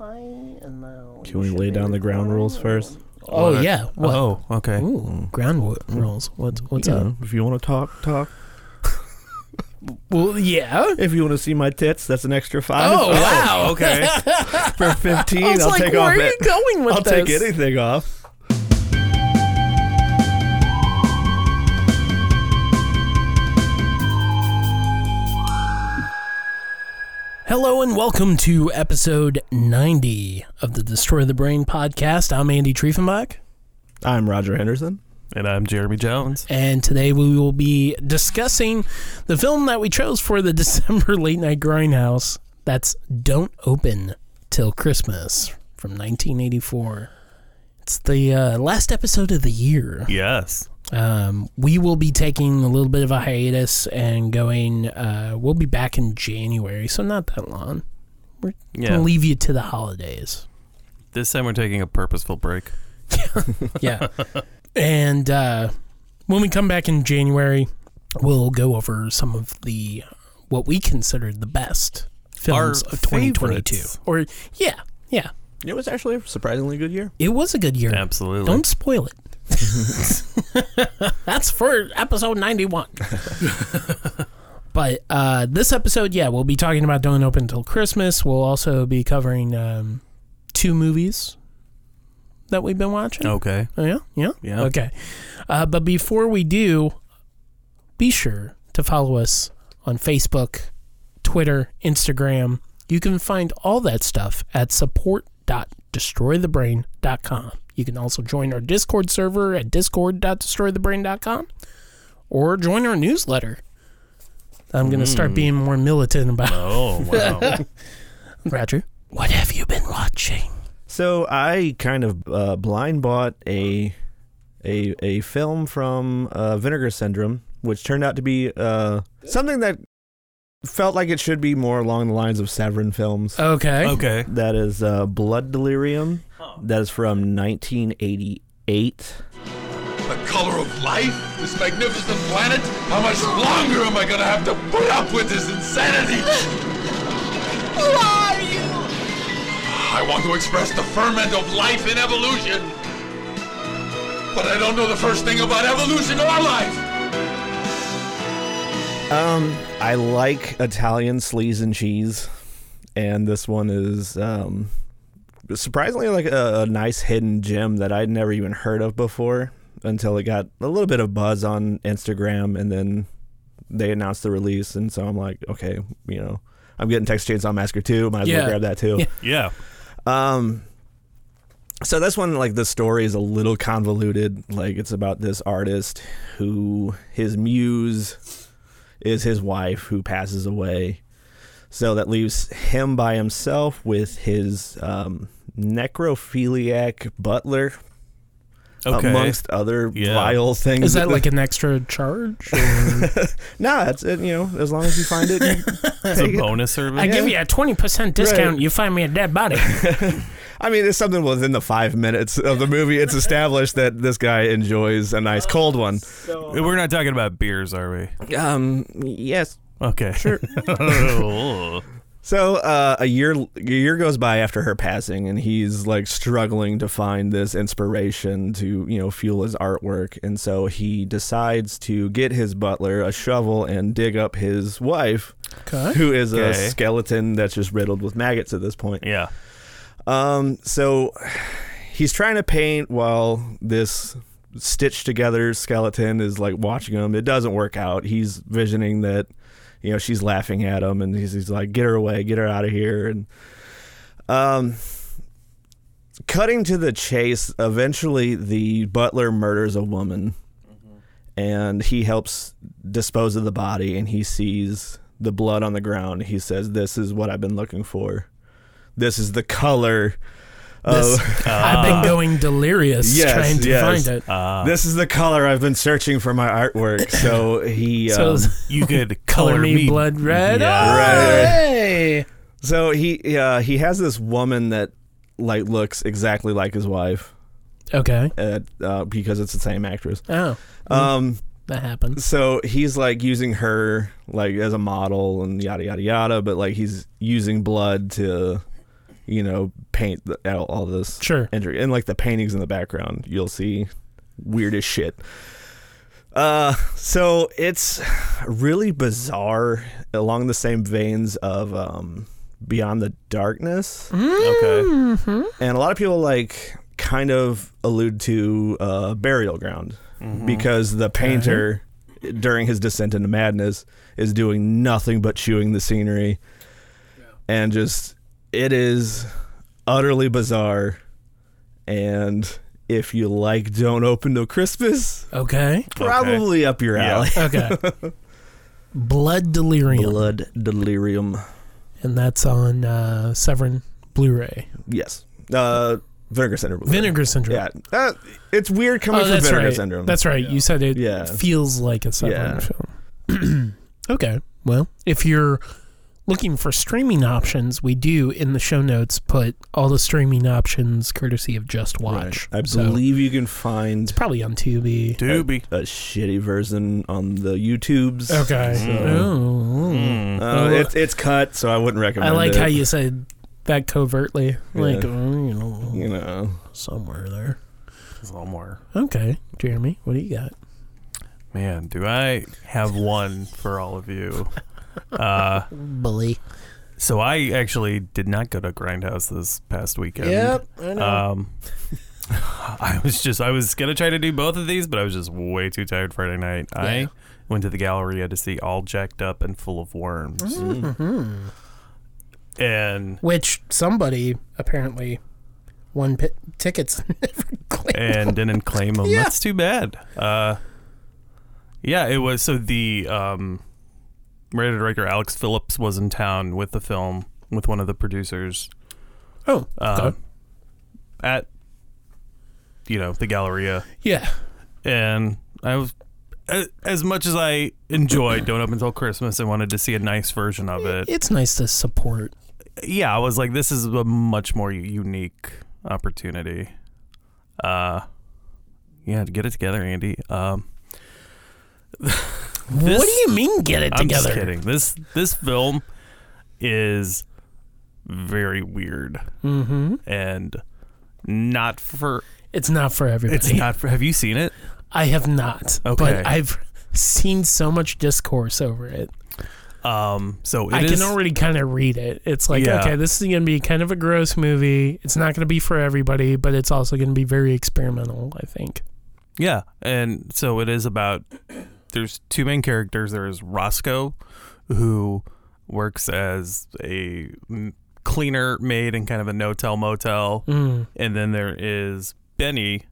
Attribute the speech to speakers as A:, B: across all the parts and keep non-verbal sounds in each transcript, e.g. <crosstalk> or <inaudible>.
A: I know.
B: Can we lay down the ground rules first?
C: Oh,
D: What?
C: yeah. What?
D: Oh, okay.
C: Ooh, ground wo- rules. What's what's
B: You
C: up?
B: know, if you want to talk, talk.
C: Well, yeah.
B: <laughs> If you want to see my tits, that's an extra five.
C: Oh,
B: <laughs>
C: <laughs> wow.
D: okay.
B: For fifteen,
C: I was
B: I'll
C: like,
B: take
C: where
B: off
C: are
B: it.
C: you going with
B: I'll
C: this?
B: take anything off.
C: Hello and welcome to episode 90 of the Destroy the Brain podcast. I'm Andy Triefenbach,
B: I'm Roger Henderson.
D: And I'm Jeremy Jones.
C: and today we will be discussing the film that we chose for the <laughs> December Late Night Grindhouse. That's Don't Open Till Christmas from 1984. It's the uh, last episode of the year.
D: Yes.
C: Um, we will be taking a little bit of a hiatus and going. Uh, we'll be back in January, so not that long. We're
D: Yeah.
C: gonna leave you to the holidays.
D: This time we're taking a purposeful break.
C: Yeah, <laughs> and uh, when we come back in January, we'll go over some of the uh, what we considered the best films
D: Our
C: of 2022.
D: favorites.
C: Or yeah, yeah,
B: It was actually a surprisingly good year.
C: it was a good year.
D: Absolutely.
C: Don't spoil
D: <laughs>
C: it. That's for episode 91. <laughs> but uh, this episode, yeah, we'll be talking about Don't Open Until Christmas. We'll also be covering um, two movies that we've been watching.
D: Okay.
C: Oh, yeah? Yeah?
D: Yeah.
C: Okay. Uh, but before we do, be sure to follow us on Facebook, Twitter, Instagram. You can find all that stuff at support.destroythebrain.com. You can also join our Discord server at discord.destroythebrain.com or join our newsletter. I'm going to start being more militant about
D: Oh,
C: <laughs>
D: wow.
C: Roger. What have you been watching?
B: So I kind of uh, blind bought a a a film from uh, Vinegar Syndrome, which turned out to be uh, something that felt like it should be more along the lines of Severin films.
C: Okay.
D: okay.
B: That is uh, Blood Delirium. That is from 1988.
E: The color of life? This magnificent planet? How much longer am I gonna have to put up with this insanity?
F: Who are you?
E: I want to express the ferment of life in evolution, but I don't know the first thing about evolution or life.
B: Um, I like Italian sleaze and cheese, and this one is um, surprisingly like a, a nice hidden gem that I'd never even heard of before until it got a little bit of buzz on Instagram, and then they announced the release, and so I'm like, okay, you know, I'm getting Text Chainsaw Massacre too, might as
C: Yeah.
B: well grab that too.
C: Yeah.
D: Yeah.
B: Um, so this one, like the story is a little convoluted. Like it's about this artist who his muse is his wife who passes away. So that leaves him by himself with his um, necrophiliac butler,
D: Okay.
B: amongst other
D: Yeah.
B: vile things.
C: Is that like an extra charge?
B: no? <laughs> Nah, it's it, you know as long as you find
C: <laughs>
B: it, you
D: it's a
B: take it.
D: bonus service.
C: I give you a twenty percent discount.
B: Right.
C: You find me a dead body.
B: I mean, it's something within the five minutes of the movie. It's established that this guy enjoys a nice cold one.
D: We're not talking about beers, are we?
B: Um, yes.
D: Okay. <laughs> Oh, Sure.
B: So uh, a year a year goes by after her passing, and he's like struggling to find this inspiration to you know fuel his artwork, and so he decides to get his butler a shovel and dig up his wife,
C: <laughs> Okay.
B: who is a
D: Okay.
B: skeleton that's just riddled with maggots at this point.
D: yeah.
B: Um, so he's trying to paint while this stitched together skeleton is like watching him. It doesn't work out. He's visioning that, you know, she's laughing at him and he's, he's like, get her away, get her out of here. And, um, cutting to the chase, eventually the butler murders a woman and he helps dispose of the body and he sees the blood on the ground. He says, this is what I've been looking for. This is the color.
C: This, I've been going delirious
B: uh, Yes,
C: trying to
B: yes.
C: find it.
D: Uh,
B: This is the color I've been searching for my artwork. So he,
C: so
B: um, so,
D: you could
C: <laughs> color,
D: color,
C: me, blood red.
D: Yeah.
C: Oh,
B: Right, right.
C: hey!
B: he, uh, he has this woman that like looks exactly like his wife,
C: Okay.
B: at, uh, because it's the same actress.
C: Oh,
B: Um,
C: that happens.
B: so he's like using her like as a model and yada yada yada, but like he's using blood to you know, paint the, all, all this
C: Sure.
B: imagery. and like the paintings in the background, you'll see weirdest shit. Uh, so it's really bizarre along the same veins of um, Beyond the Darkness,
D: Okay.
B: and a lot of people like kind of allude to uh, Burial Ground because the painter during his descent into madness is doing nothing but chewing the scenery, and just it is utterly bizarre. And if you like, don't open till Christmas.
C: Okay.
B: Probably up your
C: <laughs>
D: Yeah.
B: alley.
C: Okay. Blood Delirium.
B: Blood delirium.
C: And that's on uh, Severn Blu ray.
B: Yes. Uh, vinegar syndrome.
C: Vinegar Syndrome.
B: Yeah. Uh, it's weird coming
C: Oh,
B: from
C: that's
B: vinegar
C: right.
B: syndrome.
C: That's right. You said it
B: Yeah.
C: feels like a Severn
B: Yeah.
C: film. <clears throat> okay. Well, if you're looking for streaming options, we do in the show notes put all the streaming options courtesy of Just Watch.
B: I
C: So,
B: believe you can find
C: probably on Tubi.
D: Doobie.
B: a shitty version on the YouTubes.
C: Okay. Oh.
D: Hmm.
B: Uh, it's it's cut, so I wouldn't recommend.
C: I like
B: it.
C: how you said that covertly. Like,
B: Yeah.
C: oh, you know,
B: You know.
C: somewhere there.
D: It's a little more.
C: Okay, Jeremy, what do you got?
D: Man, do I have one for all of you? Uh,
C: Bully.
D: so I actually did not go to Grindhouse this past weekend.
C: I
D: Um, <laughs> I was just I was gonna try to do both of these, but I was just way too tired Friday night.
C: Yeah.
D: I went to the Galleria to see All Jacked Up and Full of Worms,
C: Mm-hmm.
D: and
C: Which somebody apparently won pit- tickets <laughs> and never claimed.
D: and didn't claim
C: <laughs>
D: them.
C: Yeah.
D: That's too bad. Uh, yeah, it was. So the um, rated director Alex Phillips was in town with the film with one of the producers
C: Oh,
D: uh,
C: okay.
D: at you know the Galleria.
C: yeah.
D: and I was a- as much as I enjoyed Don't Open Till Christmas and wanted to see a nice version of it.
C: It's nice to support.
D: Yeah, I was like, this is a much more u- unique opportunity. Uh, yeah, to get it together, Andy. Um,
C: what do you mean get it
D: I'm just
C: together?
D: kidding. This this film is very weird
C: Mm-hmm.
D: and not for.
C: It's not for everybody. <laughs>
D: It's not for. Have you seen it?
C: I have not.
D: Okay.
C: But I've seen so much discourse over it.
D: Um, so it
C: I
D: is-
C: can already kind of read it. It's like,
D: Yeah.
C: okay, this is going to be kind of a gross movie. It's not going to be for everybody, but it's also going to be very experimental, I think.
D: Yeah, and so it is about. There's two main characters. There is Roscoe, who works as a m- cleaner maid in kind of a no-tell motel,
C: Mm.
D: and then there is Benny,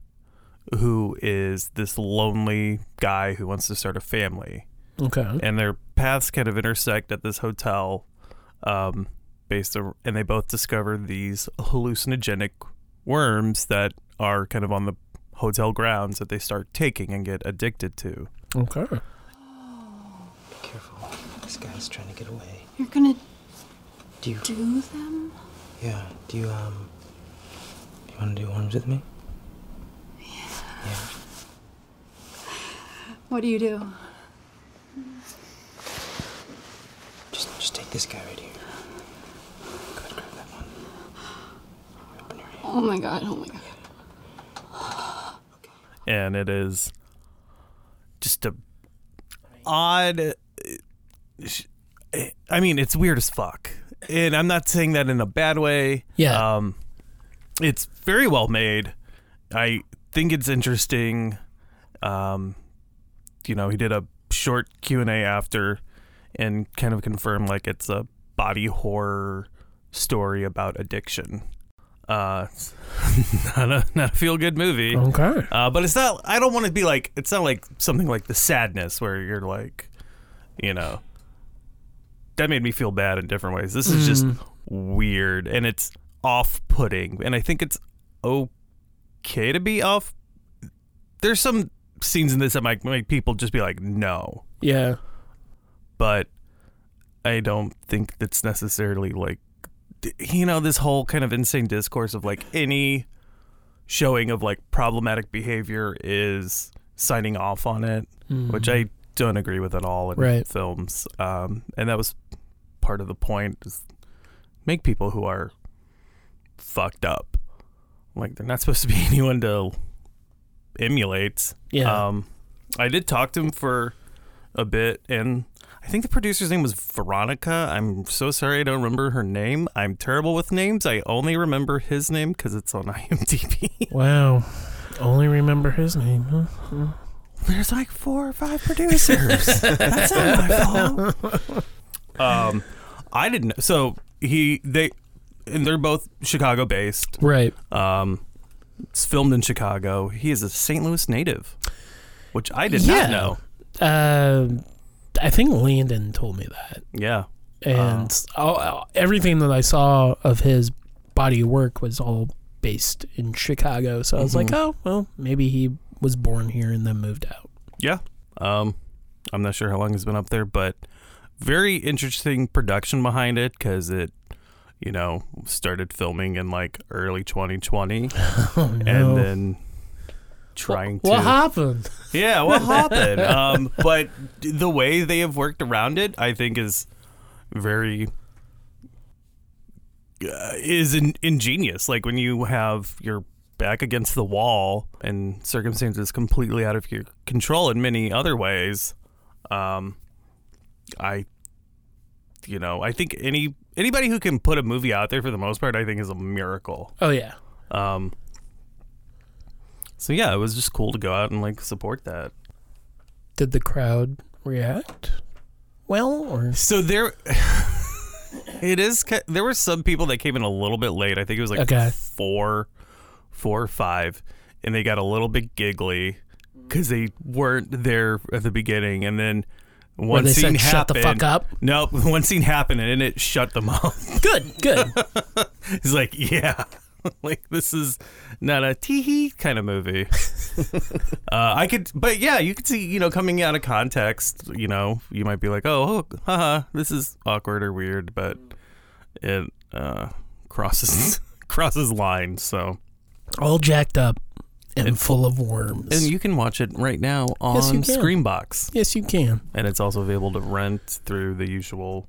D: who is this lonely guy who wants to start a family,
C: Okay.
D: and their paths kind of intersect at this hotel, um, based on, and they both discover these hallucinogenic worms that are kind of on the hotel grounds that they start taking and get addicted to.
C: Okay.
A: Careful. This guy's trying to get away.
G: You're gonna
A: Do you?
G: do them?
A: Yeah. Do you, um. You want to do worms with me?
G: What do you do?
A: Just, just take this guy right here. Good, grab that one. Open your hand.
G: Oh my god, oh my god.
D: And it is just a odd. I mean, it's weird as fuck, and I'm not saying that in a bad way.
C: Yeah.
D: Um, it's very well made. I think it's interesting. Um, you know, he did a short Q and A after, and kind of confirmed like it's a body horror story about addiction. Uh, <laughs> it's not a not a feel good movie.
C: Oh, okay.
D: Uh, but it's not. I don't want to be like. It's not like something like the sadness where you're like, you know, that made me feel bad in different ways. This is just weird and it's off-putting, and I think it's okay to be off. There's some scenes in this that might make people just be like, no,
C: Yeah.
D: but I don't think that's necessarily like d- you know this whole kind of insane discourse of like any showing of like problematic behavior is signing off on it,
C: Mm.
D: which I don't agree with at all in
C: Mm-hmm. Right.
D: films. Um, and that was part of the point is make people who are fucked up. Like they're not supposed to be <laughs> anyone to emulate.
C: Yeah.
D: Um, I did talk to him for a bit, and I think the producer's name was Veronica. I'm so sorry I don't remember her name. I'm terrible with names. I only remember his name because it's on <laughs> IMDb.
C: Wow. Only remember his name, huh?
D: There's like four or five producers.
C: <laughs>
D: That's not my fault. Um, I didn't. know. So he they and they're both Chicago based.
C: Right.
D: Um, it's filmed in Chicago. He is a St. Louis native, which I did
C: Yeah.
D: not know.
C: Uh, I think Landon told me that,
D: Yeah.
C: and all- all- everything that I saw of his body of work was all based in Chicago. So I was like,
D: Mm-hmm.
C: oh well, maybe he was born here and then moved
D: <laughs>
C: out.
D: Yeah. Um, I'm not sure how long he's been up there, but very interesting production behind it because it, you know, started filming in like early 2020
C: no.
D: and then Oh, trying
C: What
D: to.
C: happened?
D: Yeah, what happened? um, but the way they have worked around it, I think, is very uh, is in, ingenious. Like when you have your back against the wall and circumstances completely out of your control in many other ways. Um, I, you know, I think any anybody who can put a movie out there for the most part, I think, is a miracle.
C: Oh yeah.
D: Um, so yeah, it was just cool to go out and like support that.
C: Did the crowd react well or
D: So there, <laughs> it is. ki- There were some people that came in a little bit late. I think it was like
C: Okay.
D: four, four or five, and they got a little bit giggly because they weren't there at the beginning, and then. One
C: they
D: scene
C: said, "Shut the
D: happened.
C: fuck up."
D: Nope. <laughs> One scene happened and it shut them <laughs> up.
C: good?
D: <laughs>
C: Good.
D: He's like, yeah, <laughs> like this is not a tee hee kind of movie. <laughs> uh, I could, but yeah, you could see, you know, coming out of context, you know, you might be like, oh, oh, haha, this is awkward or weird, but it uh, crosses <laughs> crosses lines. So,
C: all jacked up and, full of worms.
D: and you can watch it right now on
C: Yes, you can.
D: Screenbox,
C: yes, you can.
D: and it's also available to rent through the usual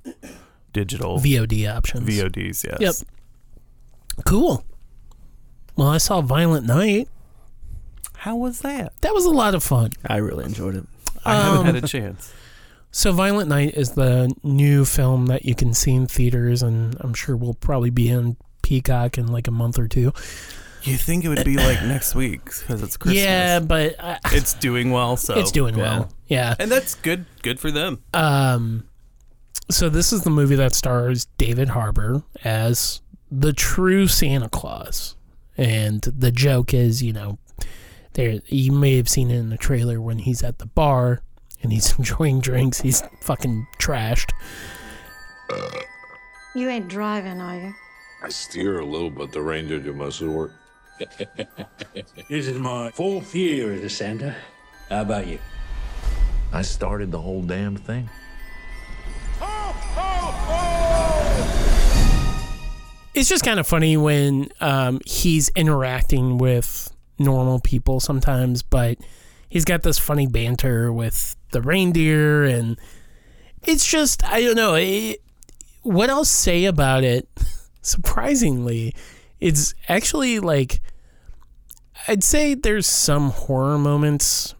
D: digital
C: VOD options.
D: VODs. Yes.
C: Yep. Cool. Well, I saw Violent Night.
D: How was that?
C: That was a lot of fun.
A: I really enjoyed it.
D: I haven't had a chance.
C: So, Violent Night is the new film that you can see in theaters, and I'm sure will probably be in Peacock in like a month or two.
D: You think it would be like next week because it's Christmas.
C: Yeah, but I,
D: it's doing well. So
C: it's doing
D: yeah.
C: well. Yeah.
D: and that's good. Good for them.
C: Um, so this is the movie that stars David Harbour as the true Santa Claus, and the joke is, you know, there you may have seen it in the trailer when he's at the bar and he's <laughs> enjoying drinks. He's fucking trashed.
G: You ain't driving, are you?
H: I steer a little, but the reindeer do most of the work.
I: This is my fourth year as a Santa. How about you?
J: I started the whole damn thing.
C: It's just kind of funny when um, he's interacting with normal people sometimes, but he's got this funny banter with the reindeer, and it's just I don't know. It, what I'll say about it, <laughs> surprisingly, it's actually like I'd say there's some horror moments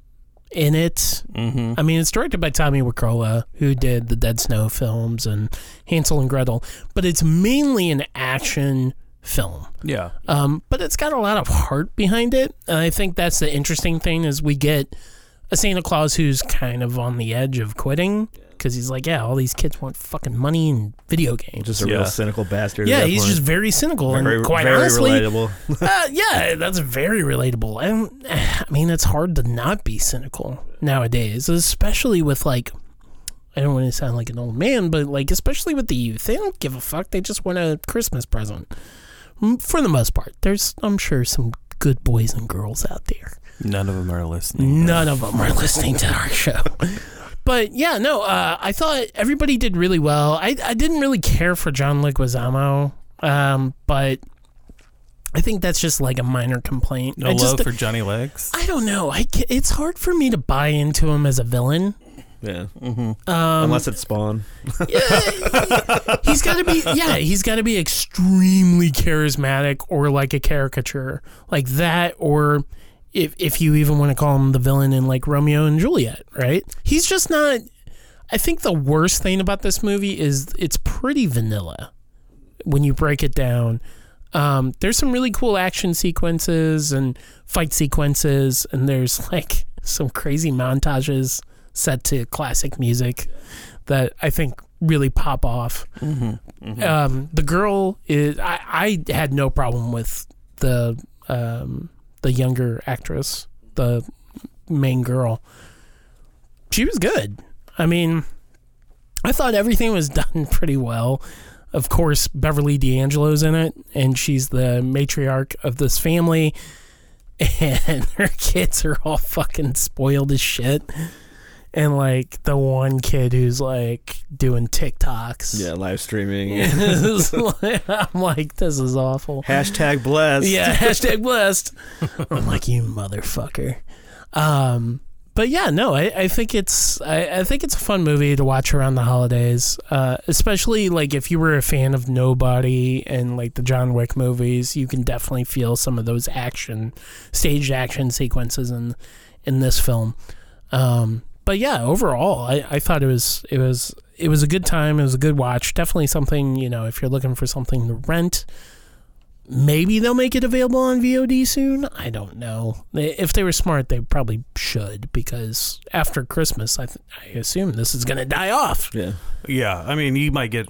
C: in it. Mm-hmm. I mean, it's directed by Tommy Wacola, who did the Dead Snow films and Hansel and Gretel, but it's mainly an action film.
D: Yeah,
C: Um, but it's got a lot of heart behind it, and I think that's the interesting thing is we get a Santa Claus who's kind of on the edge of quitting because he's like, yeah, all these kids want fucking money and video games.
B: Just a
D: Yeah.
B: real cynical bastard. at
C: yeah,
B: that
C: he's
B: point.
C: just very cynical
B: very,
C: and quite
B: very
C: honestly,
B: relatable.
C: uh, yeah, that's very relatable. And <sighs> I mean, it's hard to not be cynical nowadays, especially with like, I don't want to sound like an old man, but like, especially with the youth, they don't give a fuck. They just want a Christmas present Mm, for the most part. There's, I'm sure, some good boys and girls out there.
D: none of them are listening.
C: None of them are listening to our show. But yeah, no, uh, I thought everybody did really well. I, I didn't really care for John Leguizamo, um, but I think that's just like a minor complaint.
D: No
C: I
D: love
C: just,
D: for Johnny Legs.
C: I don't know. I ca- it's hard for me to buy into him as a villain.
B: Yeah. Mm-hmm.
C: Um,
B: Unless it's Spawn.
C: he's got to be yeah he's got to be extremely charismatic or like a caricature like that or if if you even want to call him the villain in like Romeo and Juliet right he's just not I think the worst thing about this movie is it's pretty vanilla when you break it down um, there's some really cool action sequences and fight sequences and there's <laughs> like some crazy montages set to classic music that I think really pop off. Um, the girl is I, I had no problem with the um, the younger actress, the main girl. She was good. I mean, I thought everything was <laughs> done pretty well. Of course, Beverly D'Angelo's in it, and she's the matriarch of this family. <laughs> And her kids are all fucking spoiled as shit and like the one kid who's like doing TikToks.
B: Yeah,
C: <laughs>
B: live <laughs> streaming.
C: I'm like, this is awful.
B: Hashtag blessed.
C: Yeah, hashtag blessed. I'm like, you motherfucker. Um, but yeah, no, I, I think it's I, I think it's a fun movie to watch around the holidays. Uh, especially like if you were a fan of Nobody and like the John Wick movies, you can definitely feel some of those action staged action sequences in in this film. Um, but yeah, overall, I, I thought it was it was it was a good time. It was a good watch. Definitely something you know if you're looking for something to rent. Maybe they'll make it available on VOD soon. I don't know. They- If they were smart, they probably should because after Christmas, I th- I assume this is gonna die off.
B: Yeah.
D: Yeah, I mean, you might get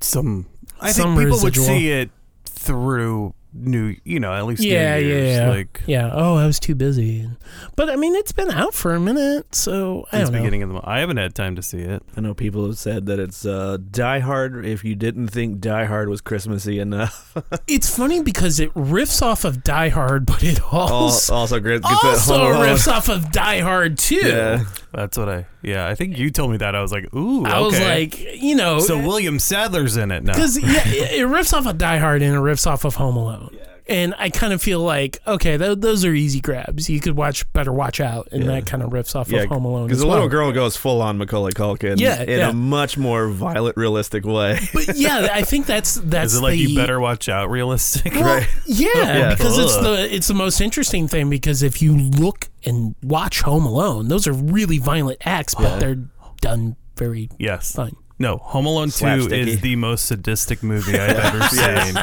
D: some. I
C: Some
D: think people
C: residual.
D: would see it through new, you know, at least
C: Yeah,
D: New Year's.
C: yeah, yeah.
D: Like
C: yeah. Oh, I was too busy. But I mean, it's been out for a minute, so I
D: since
C: don't know.
D: beginning of the month. I haven't had time to see it.
B: I know people have said that it's uh, Die Hard. If you didn't think Die Hard was Christmassy enough,
C: It's funny because it riffs off of Die Hard, but it
B: <laughs>
D: Oh,
B: Al-
C: also
B: also great. gets that
C: also
B: Home Alone.
C: riffs off of Die Hard too.
B: Yeah.
D: That's what I. Yeah, I think you told me that. I was like, ooh.
C: I was
D: okay.
C: like, you know,
D: so William Sadler's in it now.
C: because yeah, it, it riffs off of Die Hard and it riffs off of Home Alone. And I kind of feel like okay, th- those are easy grabs. You could watch Better Watch Out, and that kind of riffs off
B: Yeah,
C: of Home Alone.
B: Because
C: as
B: the little
C: well.
B: girl goes full on Macaulay Culkin.
C: Yeah,
B: in
C: yeah.
B: a much more violent, realistic way.
C: <laughs> But yeah, I think that's that's
D: Is it like
C: the,
D: you better watch out? Realistic,
C: Well, yeah,
B: Yeah.
C: because it's
D: Ugh.
C: the it's the most interesting thing because if you look and watch Home Alone, those are really violent acts, but they're done very
D: <laughs> Yes.
C: fine.
D: No, Home Alone 2
B: Slapsticky.
D: is the most sadistic movie I've ever seen.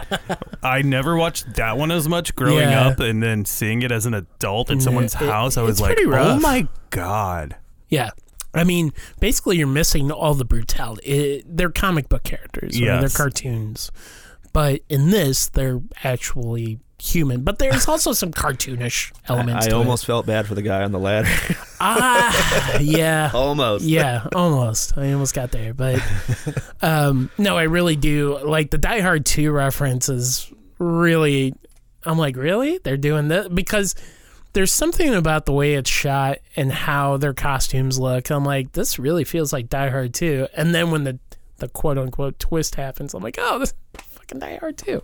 D: I never watched that one as much growing
C: Yeah.
D: up, and then seeing it as an adult in someone's
C: it-
D: house, I
C: it's
D: was like,
C: pretty
D: oh
C: rough."
D: my God.
C: Yeah. I mean, basically, you're missing all the brutality. It, they're comic book characters, right? they're
D: Yes.
C: cartoons. But in this, they're actually human. But there's also some cartoonish elements.
B: I
C: to
B: almost felt bad for the guy on the ladder. <laughs>
C: It. Ah, <laughs> yeah. <laughs>
B: almost.
C: Yeah, almost. I almost got there, but um, no, I really do like the Die Hard Two reference is really. I'm like, really? They're doing this because there's something about the way it's shot and how their costumes look. I'm like, this really feels like Die Hard Two. And then when the the quote unquote twist happens, I'm like, oh, this is fucking Die Hard Two.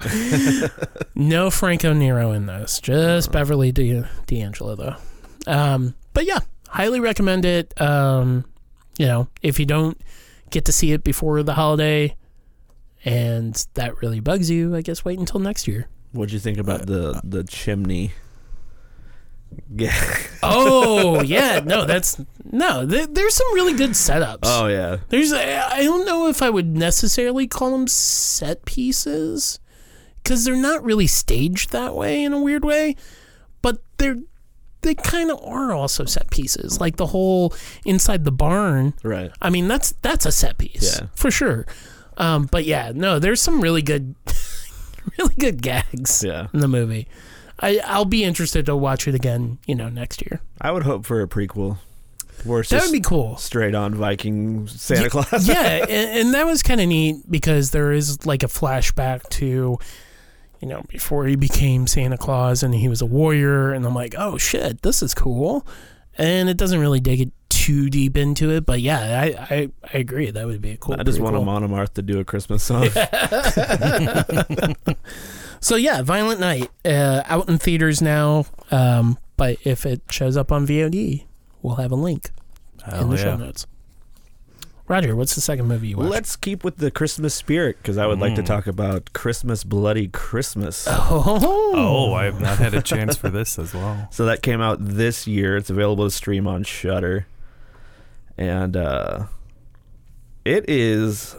C: no Franco Nero in this, just Beverly D- D'Angelo though. Um, but yeah, highly recommend it. Um, you know, if you don't get to see it before the holiday and that really bugs you, I guess wait until next year.
B: What'd you think about the the <laughs> chimney? Yeah.
C: <laughs> Oh, yeah. No, that's no, th- there's some really good setups.
B: Oh yeah.
C: There's, I I don't know if I would necessarily call them set pieces because they're not really staged that way in a weird way, but they're, they kind of are also set pieces. Like the whole inside the barn,
B: Right.
C: I mean, that's that's a set piece
B: Yeah.
C: for sure. Um, but yeah, no, there's some really good, <laughs> really good gags
B: Yeah.
C: in the movie. I I'll be interested to watch it again, you know, next year.
B: I would hope for a prequel. Where it's
C: That would
B: just
C: be
B: <laughs>
C: cool.
B: straight on Viking Santa Claus.
C: <laughs> yeah, and, and that was kind of neat because there is like a flashback to, you know, before he became Santa Claus and he was a warrior, and I'm like, oh shit, this is cool, and it doesn't really dig it too deep into it, but yeah, I I, I agree that would be a cool.
B: I just want a
C: prequel.
B: Monomarth to do a Christmas song.
C: So yeah, Violent Night uh, out in theaters now. Um, but if it shows up on VOD, we'll have a link in
D: Hell
C: the
D: yeah.
C: show notes. Roger, what's the second movie you watched? <laughs>
B: Let's keep with the Christmas spirit because I would like
C: Mm.
B: to talk about Christmas Bloody Christmas.
D: Oh, I've not had a chance for this as well.
B: So that came out this year. It's available to stream on Shutter, and uh, it is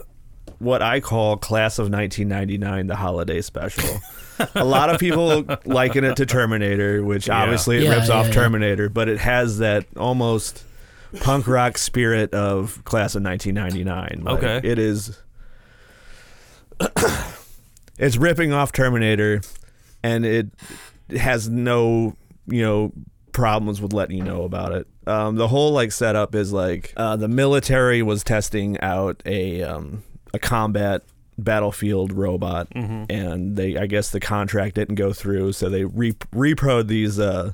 B: what I call Class of 1999, the holiday special. A lot of people <laughs> liken it to Terminator, which obviously it
C: Yeah,
B: rips
C: yeah,
B: off
C: yeah.
B: Terminator, but it has that almost punk rock spirit of Class of 1999. Like,
D: Okay.
B: it is. <clears throat> it's ripping off Terminator, and it has no you know problems with letting you know about it. Um, the whole like setup is like uh, the military was testing out a um, a combat battlefield robot, and they I guess the contract didn't go through, so they re- reproed these uh,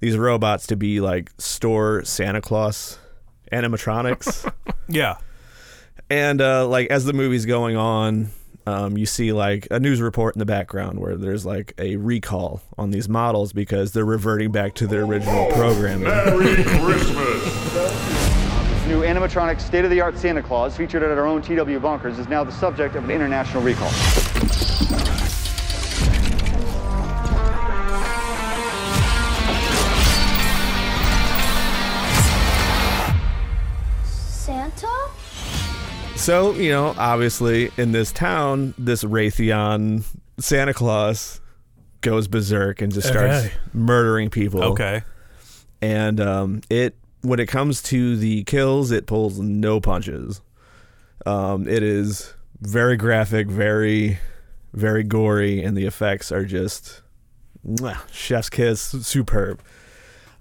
B: these robots to be like store Santa Claus animatronics
D: <laughs> Yeah.
B: and uh, like as the movie's going on um, you see like a news report in the background where there's like a recall on these models because they're reverting back to their original programming
E: Merry Christmas.
K: New animatronic state-of-the-art Santa Claus, featured at our own TW bunkers, is now the subject of an international recall.
L: Santa?
B: so you know obviously in this town this raytheon santa claus goes berserk and just starts
C: Okay.
B: murdering people
D: Oh. Okay.
B: and um, it when it comes to the kills, it pulls no punches. Um, it is very graphic, very, very gory, and the effects are just mwah, chef's kiss, superb.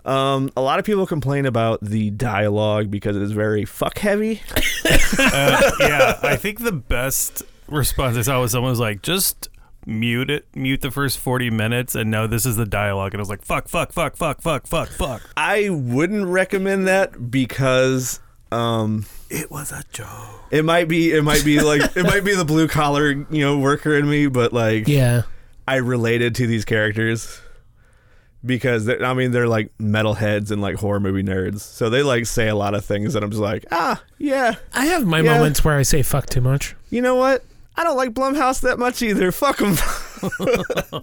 B: Um, a lot of people complain about the dialogue because it is very fuck heavy.
D: yeah, I think the best response I saw was someone was like, just mute it, mute the first 40 minutes, and no, this is the dialogue. And I was like, fuck, fuck, fuck, fuck, fuck, fuck, fuck.
B: I wouldn't recommend that because um,
D: It was a joke.
B: it might be it might be like it might be the blue collar you know worker in me, but like
C: yeah.
B: I related to these characters because they're- I mean they're like metalheads and like horror movie nerds, so they like say a lot of things that I'm just like, ah, yeah,
C: I have my
B: Yeah.
C: moments where I say fuck too much.
B: you know what? I don't like Blumhouse that much either. <laughs> Fuck them.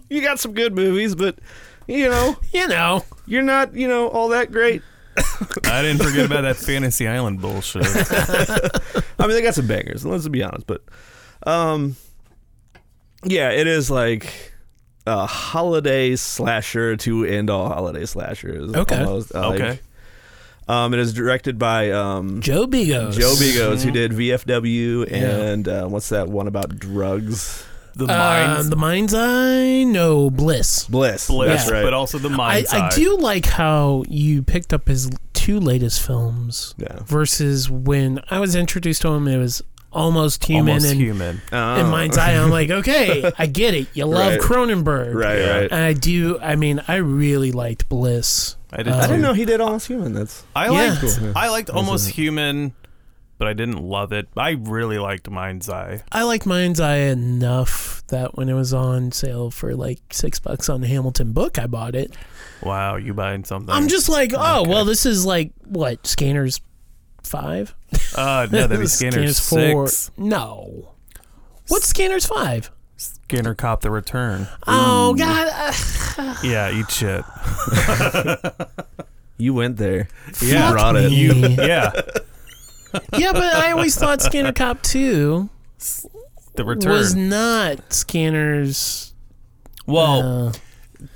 B: you got some good movies, but you know
C: You know.
B: you're not you know all that great.
D: I didn't forget about that Fantasy Island bullshit.
B: I mean they got some bangers. Let's be honest, but um, yeah, it is like a holiday slasher to end all holiday slashers.
C: Okay.
B: almost. Uh, like,
D: Okay.
B: Um, it is directed by um,
C: Joe
B: Joe
C: Bigos.
B: Bigos, who did VFW and uh, what's that one about drugs?
D: The
C: Uh,
D: mind's
C: the minds I know bliss.
B: Bliss.
D: bliss,
B: That's right.
D: but also the
C: I,
D: mind's
C: I
D: eye.
C: do like how you picked up his two latest films
B: Yeah.
C: versus when I was introduced to him, it was almost human
D: Almost
C: and,
D: human.
B: Oh,
C: and mind's eye. I'm like, okay, I get it.
D: <laughs>
C: You love
B: Right.
C: Cronenberg,
B: Right, right.
C: And I do. I mean, I really liked Bliss.
D: I did
B: I
D: too.
B: didn't know he did Almost Human. That's
D: I
C: Uh, Yeah.
D: liked
C: Cool,
D: I liked almost human, but I didn't love it. I really liked Mind's Eye.
C: I liked Mind's Eye enough that when it was on sale for like six bucks on the Hamilton book, I bought it.
D: Wow, you buying something?
C: I'm just like, oh well, this is like what Scanners five.
D: uh
C: <laughs>
D: no, that'd be Scanner six.
C: No, what's Scanners five?
D: Scanner Cop the Return.
C: Oh God, uh,
D: Yeah, eat shit.
B: you went there.
D: Yeah.
B: you brought it.
C: me.
D: <laughs> Yeah.
C: yeah, but I always thought Scanner Cop two
D: The
C: was
D: return.
C: not Scanners.
D: well,
C: uh,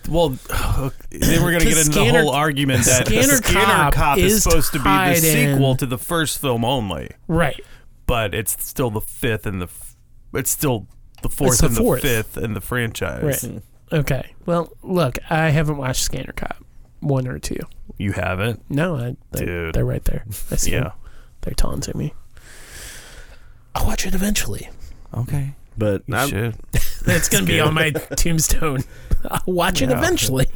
D: well, <sighs> then we're gonna get into
C: Scanner-
D: the whole argument that
C: Scanner
D: Scanner, Cop,
C: Cop
D: is
C: is
D: supposed to be the
C: tied in-
D: sequel to the first film only,
C: right.
D: but it's still the fifth and the, f- it's still the fourth
C: the
D: and
C: fourth.
D: the fifth in the franchise.
C: Right. Okay. Well, look, I haven't watched Scanner Cop one or two.
D: You haven't.
C: No, I, they're,
D: Dude.
C: they're right
B: <laughs>
C: there. I see
D: Yeah.
C: them. They're taunting me. I'll watch it eventually.
D: Okay.
B: But
D: You
B: I'm-
D: should.
C: It's gonna be on my <laughs> tombstone. I'll watch it eventually.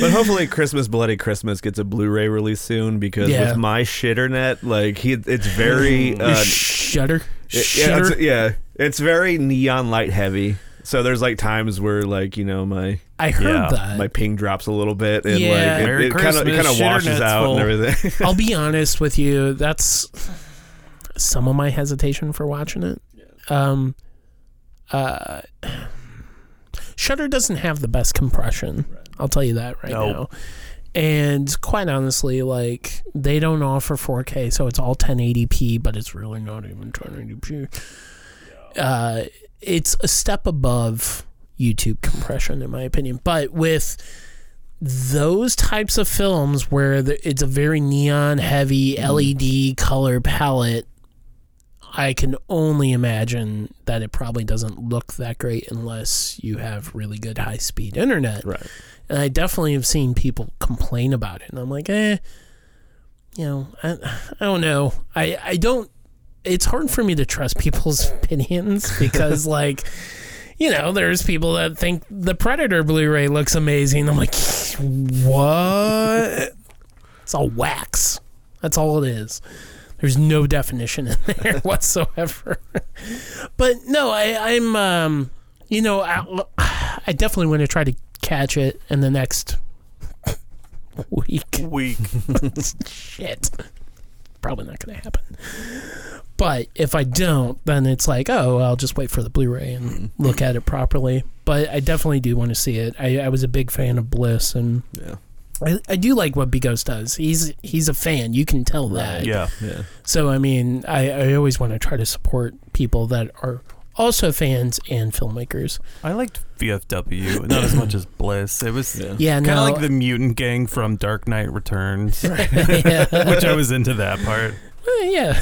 B: but hopefully Christmas Bloody Christmas gets a Blu-ray release soon because
C: Yeah.
B: with my shitternet, like he, it's very uh,
C: Shutter.
B: Yeah,
C: Shutter.
B: it's, yeah, it's very neon light heavy. So there's like times where like you know my
C: I heard
D: yeah,
C: that.
B: my ping drops a little bit and
C: Uh, Yeah.
B: like
D: Merry
B: it- it kind of it
D: Christmas,
B: kind of
C: <laughs>
B: washes <laughs>
D: shitternet's
B: out
D: full.
B: and everything.
C: I'll be honest with you. That's some of my hesitation for watching it. Um, uh, Shutter doesn't have the best compression. I'll tell you that right
D: No.
C: now. And quite honestly, like they don't offer 4K, so it's all 1080p, but it's really not even 1080p. Uh, it's a step above YouTube compression, in my opinion. But with those types of films where the, it's a very neon heavy LED color palette, I can only imagine that it probably doesn't look that great unless you have really good high speed internet.
B: Right.
C: And I definitely have seen people complain about it. And I'm like, eh, you know, I, I don't know. I, I don't, it's hard for me to trust people's <laughs> opinions because, like, you know, there's people that think the Predator Blu ray looks amazing. I'm like, what? it's all wax. That's all it is. There's no definition in there whatsoever. but no, I, I'm, um, you know, I, I definitely want to try to catch it in the next <laughs> week.
D: Week.
C: Shit. Probably not going to happen. But if I don't, then it's like, oh, I'll just wait for the Blu ray and
D: Mm-hmm.
C: look at it properly. But I definitely do want to see it. I, I was a big fan of Bliss and.
B: Yeah.
C: I, I do like what Bigos does. He's he's a fan. You can tell that.
D: <laughs> Yeah.
B: Yeah.
C: So I mean, I, I always want to try to support people that are also fans and filmmakers.
D: <laughs> I liked VFW, not as much as Bliss. It was
C: Yeah,
D: kind of
C: no.
D: like the mutant gang from Dark
C: <laughs>
D: Knight Returns, which I was into that part.
C: Eh, yeah.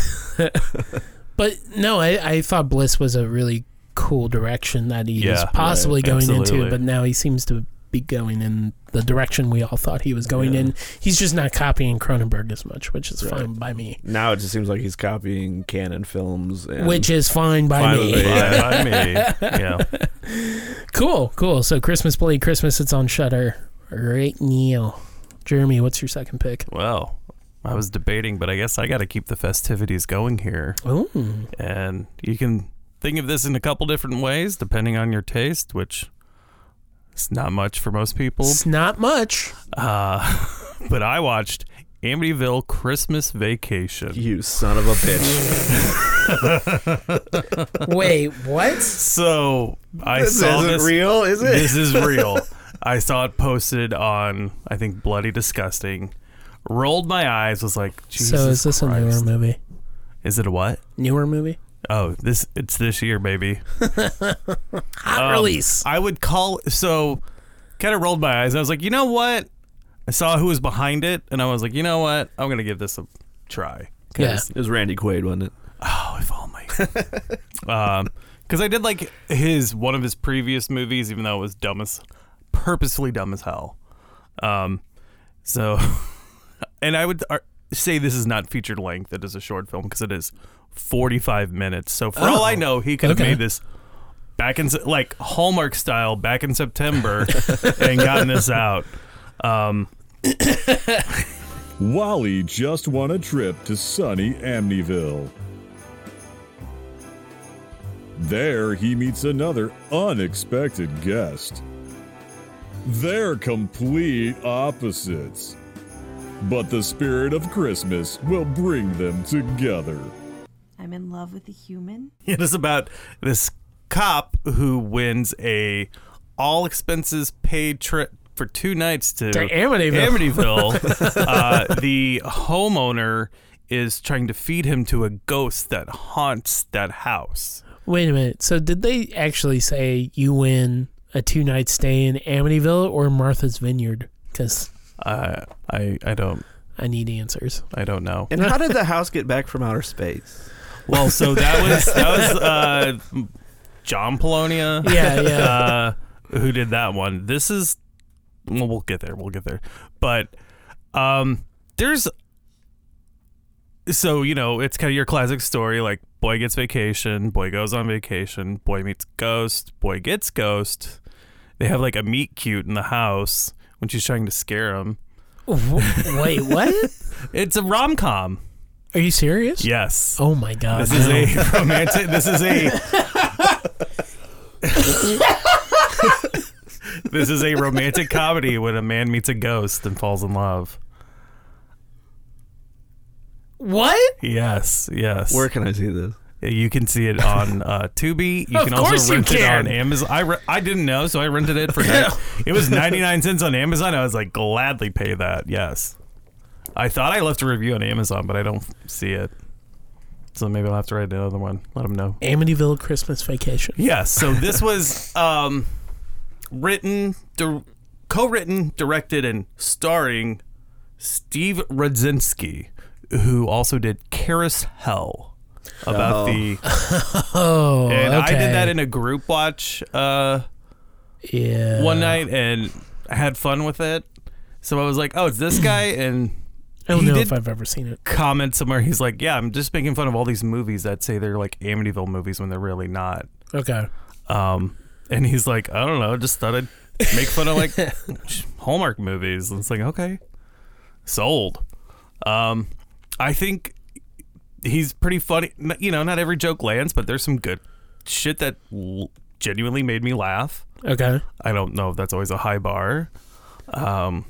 C: <laughs> but no, I, I thought Bliss was a really cool direction that he was
D: Yeah,
C: possibly
D: right,
C: going into,
D: absolutely.
C: but now he seems to be going in the direction we all thought he was going in. He's just not copying Cronenberg as much, which is fine by me.
B: Now it just seems like he's copying canon films. And
C: Which is fine by
B: Fine with
C: me.
B: it, yeah.
D: I mean, yeah.
C: <laughs> Cool, cool. So Christmas Bloody Christmas, it's on Shutter right now. Jeremy, what's your second pick?
D: Well, I was debating, but I guess I got to keep the festivities going here.
C: Ooh.
D: And you can think of this in a couple different ways, depending on your taste, which is not much for most people.
C: It's not much.
D: Uh, <laughs> but I watched Amityville Christmas Vacation.
B: you son of a bitch.
C: Wait, what?
D: So I saw this.
B: real, is
D: <laughs> This is real. I saw it posted on, I think, Bloody Disgusting. Rolled my eyes, was like, Jesus
C: so is this a newer
D: Christ.
C: movie?
D: Is it a what?
C: Newer movie?
D: Oh, this it's this year, baby.
C: Hot
D: Um,
C: release.
D: I would call so kind of rolled my eyes. I was like, you know what? I saw who was behind it, and I was like, you know what? I'm gonna give this a try.
C: Yeah.
B: It was Randy Quaid, wasn't it?
D: Oh, if only. um, because I did like his one of his previous movies, even though it was dumb as purposefully dumb as hell. Um, so, <laughs> and I would ar- say this is not feature length. It is a short film because it is 45 minutes. So for all I know, he could have
C: okay.
D: made this back in se- like Hallmark style back in September <laughs> and gotten this out.
L: Wally just won a trip to sunny Amityville. There, he meets another unexpected guest. They're complete opposites. But the spirit of Christmas will bring them together.
M: I'm in love with a human.
D: <laughs> It is about this cop who wins a all expenses paid trip for two nights to,
C: To Amityville. <laughs>
D: Amityville. uh, the homeowner is trying to feed him to a ghost that haunts that house.
C: Wait a minute. So did they actually say you win a two night stay in Amityville or Martha's Vineyard? Because
D: Uh, I I don't
C: I need answers.
D: I don't know.
B: And how did the house get back from outer space?
D: Well, so that was that was uh, <laughs> John Polonia.
C: Yeah, yeah.
D: uh, who did that one. This is well, we'll get there. We'll get there. But um, there's so you know it's kind of your classic story like boy gets vacation, boy goes on vacation, boy meets ghost, boy gets ghost. They have like a meet cute in the house when she's trying to scare him.
C: <laughs> W- Wait, what?
D: It's a rom com.
C: Are you serious?
D: Yes.
C: Oh my god.
D: This is
C: no.
D: a <laughs> romantic. This is a.
C: <laughs>
D: this is a romantic comedy when a man meets a ghost and falls in love.
C: What?
D: Yes, yes.
B: Where can I see this?
D: You can see it on uh, Tubi. You
C: Of
D: can
C: course
D: also
C: you
D: rent it
C: can.
D: on Amazon. I, re- I didn't know, so I
C: <laughs>
D: rented it for it was ninety nine cents on Amazon. I was like, gladly pay that. Yes, I thought I left a review on Amazon, but I don't see it. So maybe I'll have to write another one. Let them know.
C: Amityville Christmas Vacation.
D: Yes. So this was um, written, di- co-written, directed, and starring Steve Radzinski, who also did Karis Hell about
C: Oh. <laughs>
D: the.
C: Oh,
D: and I
C: okay.
D: did that in a group watch uh,
C: yeah.
D: one night, and I had fun with it. So I was like, "Oh,
C: <clears throat>
D: it's this guy," and
C: I don't
D: he
C: know
D: did
C: if I've ever seen it.
D: comment somewhere. He's like, "Yeah, I'm just making fun of all these movies that say they're like Amityville movies when they're really not."
C: Okay.
D: Um, and he's like, I don't know, just thought I'd make fun
C: <laughs>
D: of like Hallmark movies. And it's like, okay, sold. Um, I think he's pretty funny. N- You know, not every joke lands, but there's some good shit that l- genuinely made me laugh.
C: Okay.
D: I don't know if that's always a high bar. Um,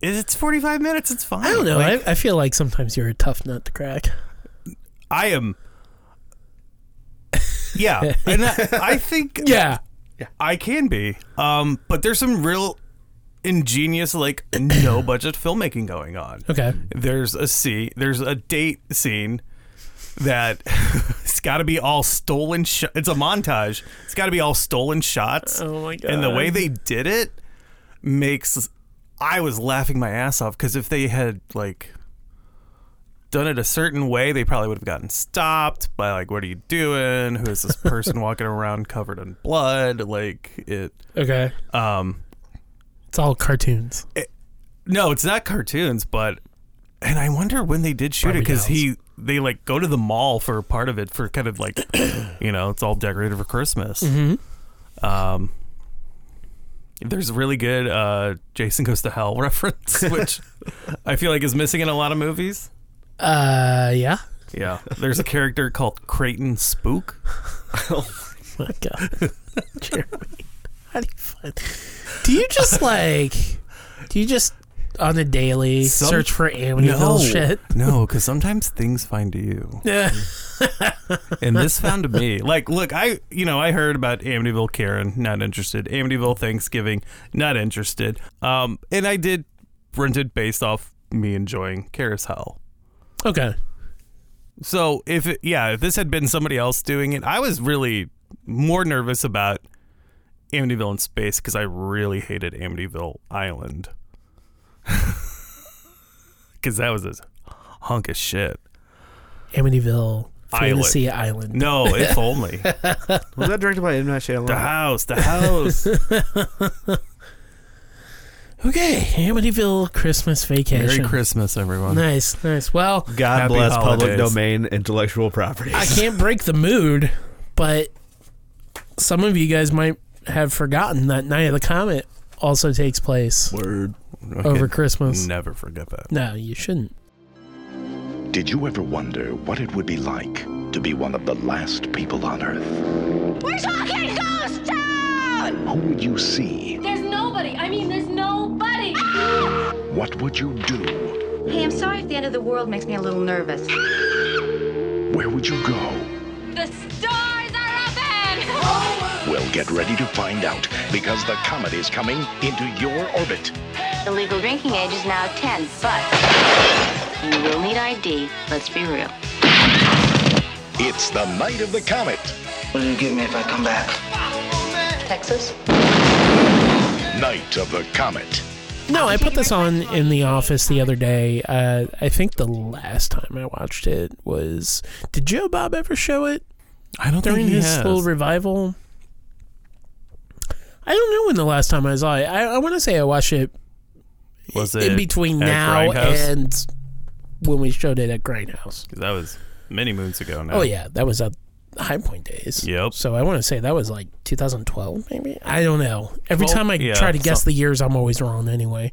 D: it's 45 minutes. It's fine.
C: I don't know.
D: Like,
C: I, I feel like sometimes you're a tough nut to crack.
D: I am. Yeah, and I, I think
C: yeah,
D: I can be. Um, but there's some real ingenious, like no budget filmmaking going on.
C: Okay.
D: There's a scene. There's a date scene that <laughs> it's got to be all stolen. Sh- it's a montage. It's got to be all stolen shots.
C: Oh my
D: And the way
C: God.
D: they did it makes I was laughing my ass off because if they had like done it a certain way, they probably would have gotten stopped by like, "What are you doing? Who is this
C: <laughs>
D: person walking around covered in blood?" Like it.
C: Okay.
D: Um.
C: It's all cartoons.
D: No, it's not cartoons, but and I wonder when they did shoot it 'cause it because he they like go to the mall for part of it for kind of like you know it's all decorated for Christmas.
C: Mhm.
D: Um, there's a really good uh, Jason Goes to Hell <laughs> reference, which I feel like is missing in a lot of movies.
C: Uh, yeah.
D: Yeah, there's a character called Creighton Spook.
C: oh my
D: <laughs>
C: god, Jeremy, how do you find? Do you just like? Do you just on a daily
D: Some-
C: search for Amityville
D: No,
C: shit? <laughs>
D: No, because sometimes things find you.
C: Yeah.
D: and this found me. Like, look, I you know I heard about Amityville Karen, not interested. Amityville Thanksgiving, not interested. Um, and I did rent it based off me enjoying Kara's Hell.
C: Okay.
D: So if it, yeah, if this had been somebody else doing it, I was really more nervous about Amityville in space because I really hated Amityville Island <laughs> because that was a hunk of shit.
C: Amityville
D: Island.
C: Fantasy Island.
D: No, if only.
B: Was that directed by M Night Shyamalan?
D: The house, the house.
C: Okay, Amityville Christmas Vacation.
D: Merry Christmas, everyone.
C: Nice, nice. Well,
B: God
D: Happy
B: bless public
D: holidays.
B: domain intellectual property.
C: I can't break the mood, but some of you guys might have forgotten that Night of the Comet also takes place.
B: Word.
C: Over Christmas.
D: Never forget that.
C: No, you shouldn't.
N: Did you ever wonder what it would be like to be one of the last people on Earth?
F: We're talking ghost town!
N: Who would you see?
F: There's nobody. I mean, there's nobody.
N: What would you do?
G: Hey, I'm sorry if the end of the world makes me a little nervous.
N: Where would you go?
F: The stars are open!
N: Well, get ready to find out because the comet is coming into your orbit.
G: The legal drinking age is now 10, but you will need ID. Let's be real.
N: It's the night of the comet. What will you give me if I come back?
G: Texas?
N: Night of the comet.
C: No, I put this on in the office the other day. Uh, I think the last time I watched it was. Did Joe Bob ever show it?
D: I don't
C: during
D: think he
C: his
D: has.
C: little revival. I don't know when the last time I saw it. I, I want to say I watched it
D: Was
C: in between now and when we showed it at Grindhouse.
D: that was many moons ago now.
C: Oh yeah, that was at High Point days.
D: Yep.
C: So I want to say that was like 2012, maybe. I don't know. Every
D: Well,
C: time I
D: yeah,
C: try to guess
D: some-
C: the years, I'm always wrong anyway.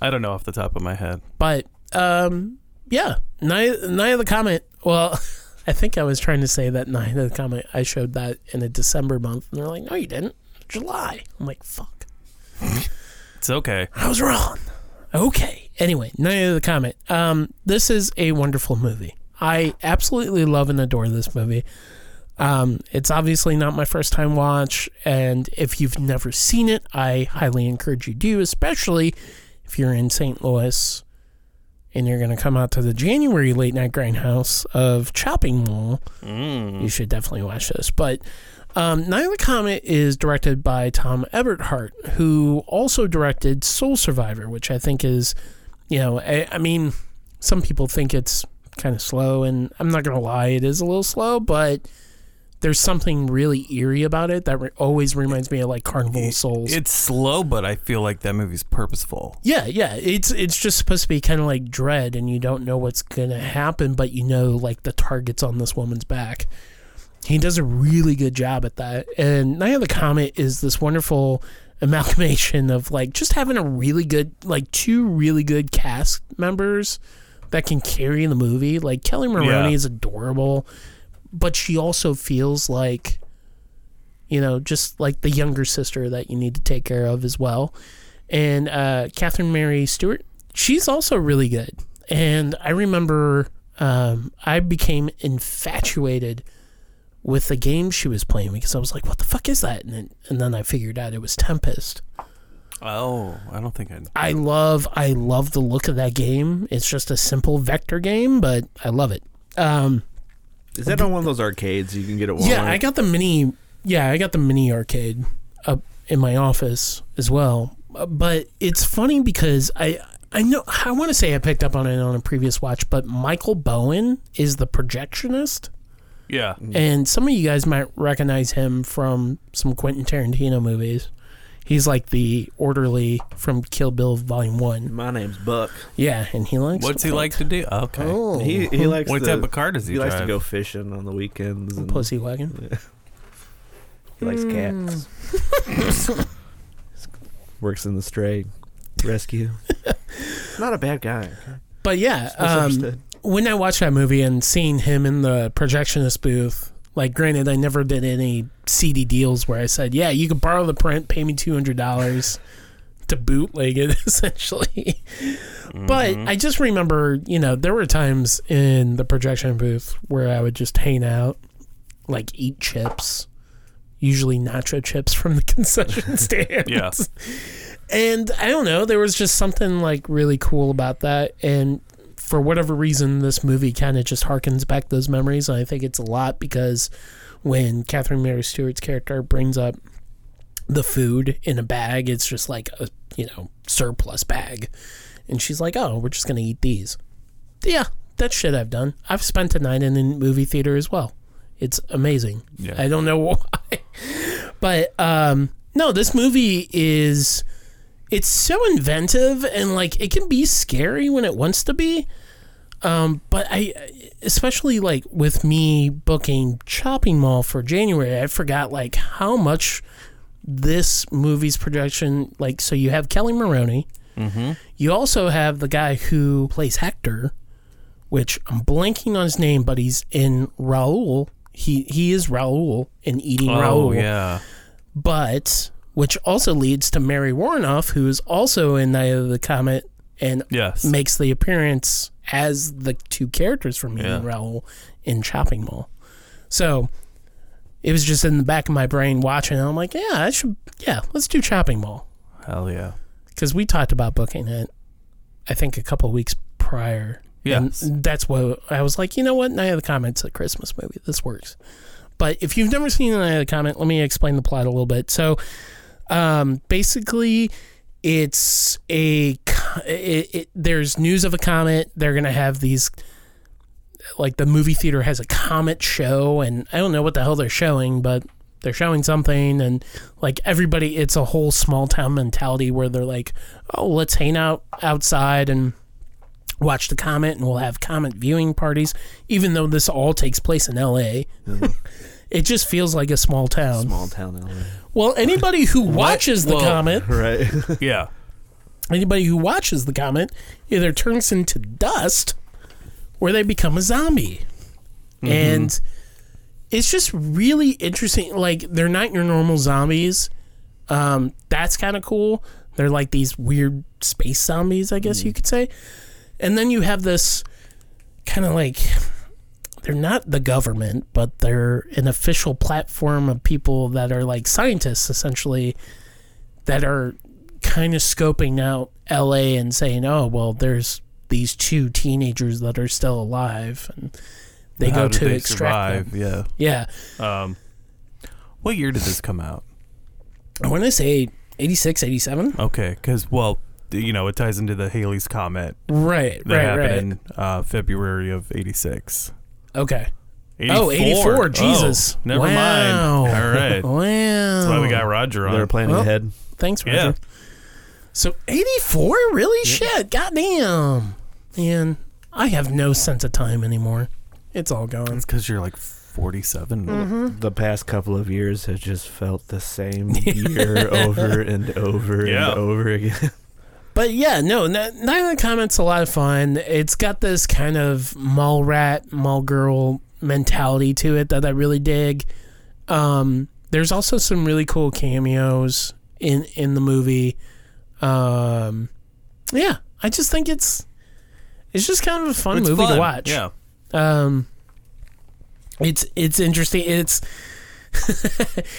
D: I don't know off the top of my head.
C: But um, yeah, Night, Night of the Comet. Well, <laughs> I think I was trying to say that Night of the Comet. I showed that in a December month, and they're like, "No, you didn't. July." I'm like, "Fuck,
D: It's okay.
C: I was wrong. Okay. Anyway, none of the comment. Um, this is a wonderful movie. I absolutely love and adore this movie. Um, it's obviously not my first time watch, and if you've never seen it, I highly encourage you to, especially if you're in St. Louis and you're going to come out to the January late night grindhouse of Chopping Mall. You should definitely watch this. But um, Night of the Comet is directed by Tom Eberhart, who also directed Soul Survivor, which I think is, you know, I, I mean, some people think it's kind of slow, and I'm not going to lie, it is a little slow, but there's something really eerie about it that re- always reminds me of like Carnival of Souls.
D: It's slow, but I feel like that movie's purposeful.
C: Yeah, yeah. It's it's just supposed to be kind of like dread, and you don't know what's gonna happen, but you know like the target's on this woman's back. He does a really good job at that. And Night of the Comet is this wonderful amalgamation of like just having a really good like two really good cast members that can carry the movie. Like Kelly Maroney
D: Yeah.
C: is adorable, but she also feels like you know, just like the younger sister that you need to take care of as well. And uh, Catherine Mary Stewart, she's also really good. And I remember um, I became infatuated with the game she was playing because I was like, what the fuck is that? And then, and then I figured out it was Tempest.
D: Oh, I don't think I.
C: I love I love the look of that game. It's just a simple vector game, but I love it. Um,
B: Is that on one of those arcades you can get at Walmart?
C: yeah, I got the mini. Yeah, I got the mini arcade up in my office as well. Uh, But it's funny because I I know I want to say I picked up on it on a previous watch, but Michael Bowen is the projectionist,
D: Yeah.
C: and some of you guys might recognize him from some Quentin Tarantino movies. He's like the orderly from Kill Bill Volume One.
B: My name's Buck.
C: Yeah, and he likes.
D: What's
C: to
D: he
C: play
D: like to do? Okay.
C: Oh.
B: He he likes
D: What
B: the,
D: type of car does he
B: He likes to
D: drive?
B: go fishing on the weekends. And
C: Pussy wagon.
B: he likes cats.
D: <laughs>
B: Works in the stray
D: <laughs>
B: rescue. Not a bad guy.
C: But yeah,
B: It's misunderstood.
C: um, when I watched that movie and seeing him in the projectionist booth, like granted, I never did any CD deals where I said, "Yeah, you can borrow the print, pay me two hundred dollars to bootleg it," <laughs> essentially. But I just remember, you know, there were times in the projection booth where I would just hang out, like eat chips, usually nacho chips from the <laughs> concession stand. <laughs>
D: Yeah.
C: And I don't know, there was just something like really cool about that. And for whatever reason, this movie kind of just harkens back those memories. And I think it's a lot because when Catherine Mary Stewart's character brings up the food in a bag, it's just like a, you know, surplus bag. And she's like, oh, we're just going to eat these. Yeah, that's shit I've done. I've spent a night in a movie theater as well. It's amazing.
D: Yeah.
C: I don't know <laughs> why. but um, no, this movie is it's so inventive and like it can be scary when it wants to be. Um, but I, especially like with me booking Chopping Mall for January, I forgot like how much this movie's projection. Like, so you have Kelly Maroney,
D: Mm-hmm.
C: you also have the guy who plays Hector, which I'm blanking on his name, but he's in Raul. He he is Raul in Eating
D: Oh
C: Raoul.
D: yeah.
C: But which also leads to Mary Warnoff, who is also in Night of the Comet and
D: Yes.
C: makes the appearance as the two characters from Eating
D: Yeah.
C: Raoul in Chopping Mall. So it was just in the back of my brain watching. And I'm like, yeah, I should, yeah, let's do Chopping Mall <laughs>
D: Hell yeah.
C: because we talked about booking it, I think a couple weeks prior.
D: Yes.
C: and that's what I was like. You know what? Night of the Comet's a Christmas movie. This works. But if you've never seen Night of the Comet, let me explain the plot a little bit. So, um, basically, it's a co- it, it, there's news of a comet. They're gonna have these like the movie theater has a comet show and I don't know what the hell they're showing, but they're showing something and like everybody it's a whole small town mentality where they're like, "Oh, let's hang out outside and watch the comet and we'll have comet viewing parties." Even though this all takes place in LA. <laughs> it just feels like a small town.
B: Small town LA.
C: Well, anybody who watches the
B: Whoa.
C: comet
B: Right.
D: yeah.
C: anybody who watches the comet either turns into dust or they become a zombie.
B: Mm-hmm.
C: And it's just really interesting. Like, they're not your normal zombies. Um, that's kind of cool. They're like these weird space zombies, I
D: Mm-hmm.
C: guess you could say. And then you have this kind of like they're not the government, but they're an official platform of people that are like scientists essentially that are kind of scoping out LA and saying, "Oh, well, there's these two teenagers that are still alive." And they
D: How
C: go
D: did
C: to
D: they
C: extract
D: survive?
C: them. Yeah.
D: Yeah. Um, what year did this come out?
C: I want to say 86, 87.
D: Okay, because well, d- you know, it ties into the Haley's comet.
C: Right,
D: That
C: right,
D: happened
C: right.
D: in uh, February of '86.
C: Okay. Oh, 84, Jesus.
D: never
C: Wow.
D: mind. All right. <laughs>
C: Wow.
D: That's why we got Roger on.
B: They were planning
C: Well,
B: ahead.
C: Thanks, Roger.
D: Yeah.
C: So 84? Really? Shit. Goddamn. Man, I have no sense of time anymore. It's all gone. It's
D: because you're like 47.
C: Mhm.
B: The past couple of years have just felt the <laughs> same year over and over
D: Yeah.
B: and over again. <laughs>
C: But yeah, no, N- Night of the Comet's a lot of fun. It's got this kind of mall rat, mall girl mentality to it that I really dig. Um, there's also some really cool cameos in in the movie. Um, yeah, I just think it's it's just kind of a fun
D: It's
C: movie
D: fun,
C: to watch.
D: <laughs> yeah.
C: Um, it's it's interesting. It's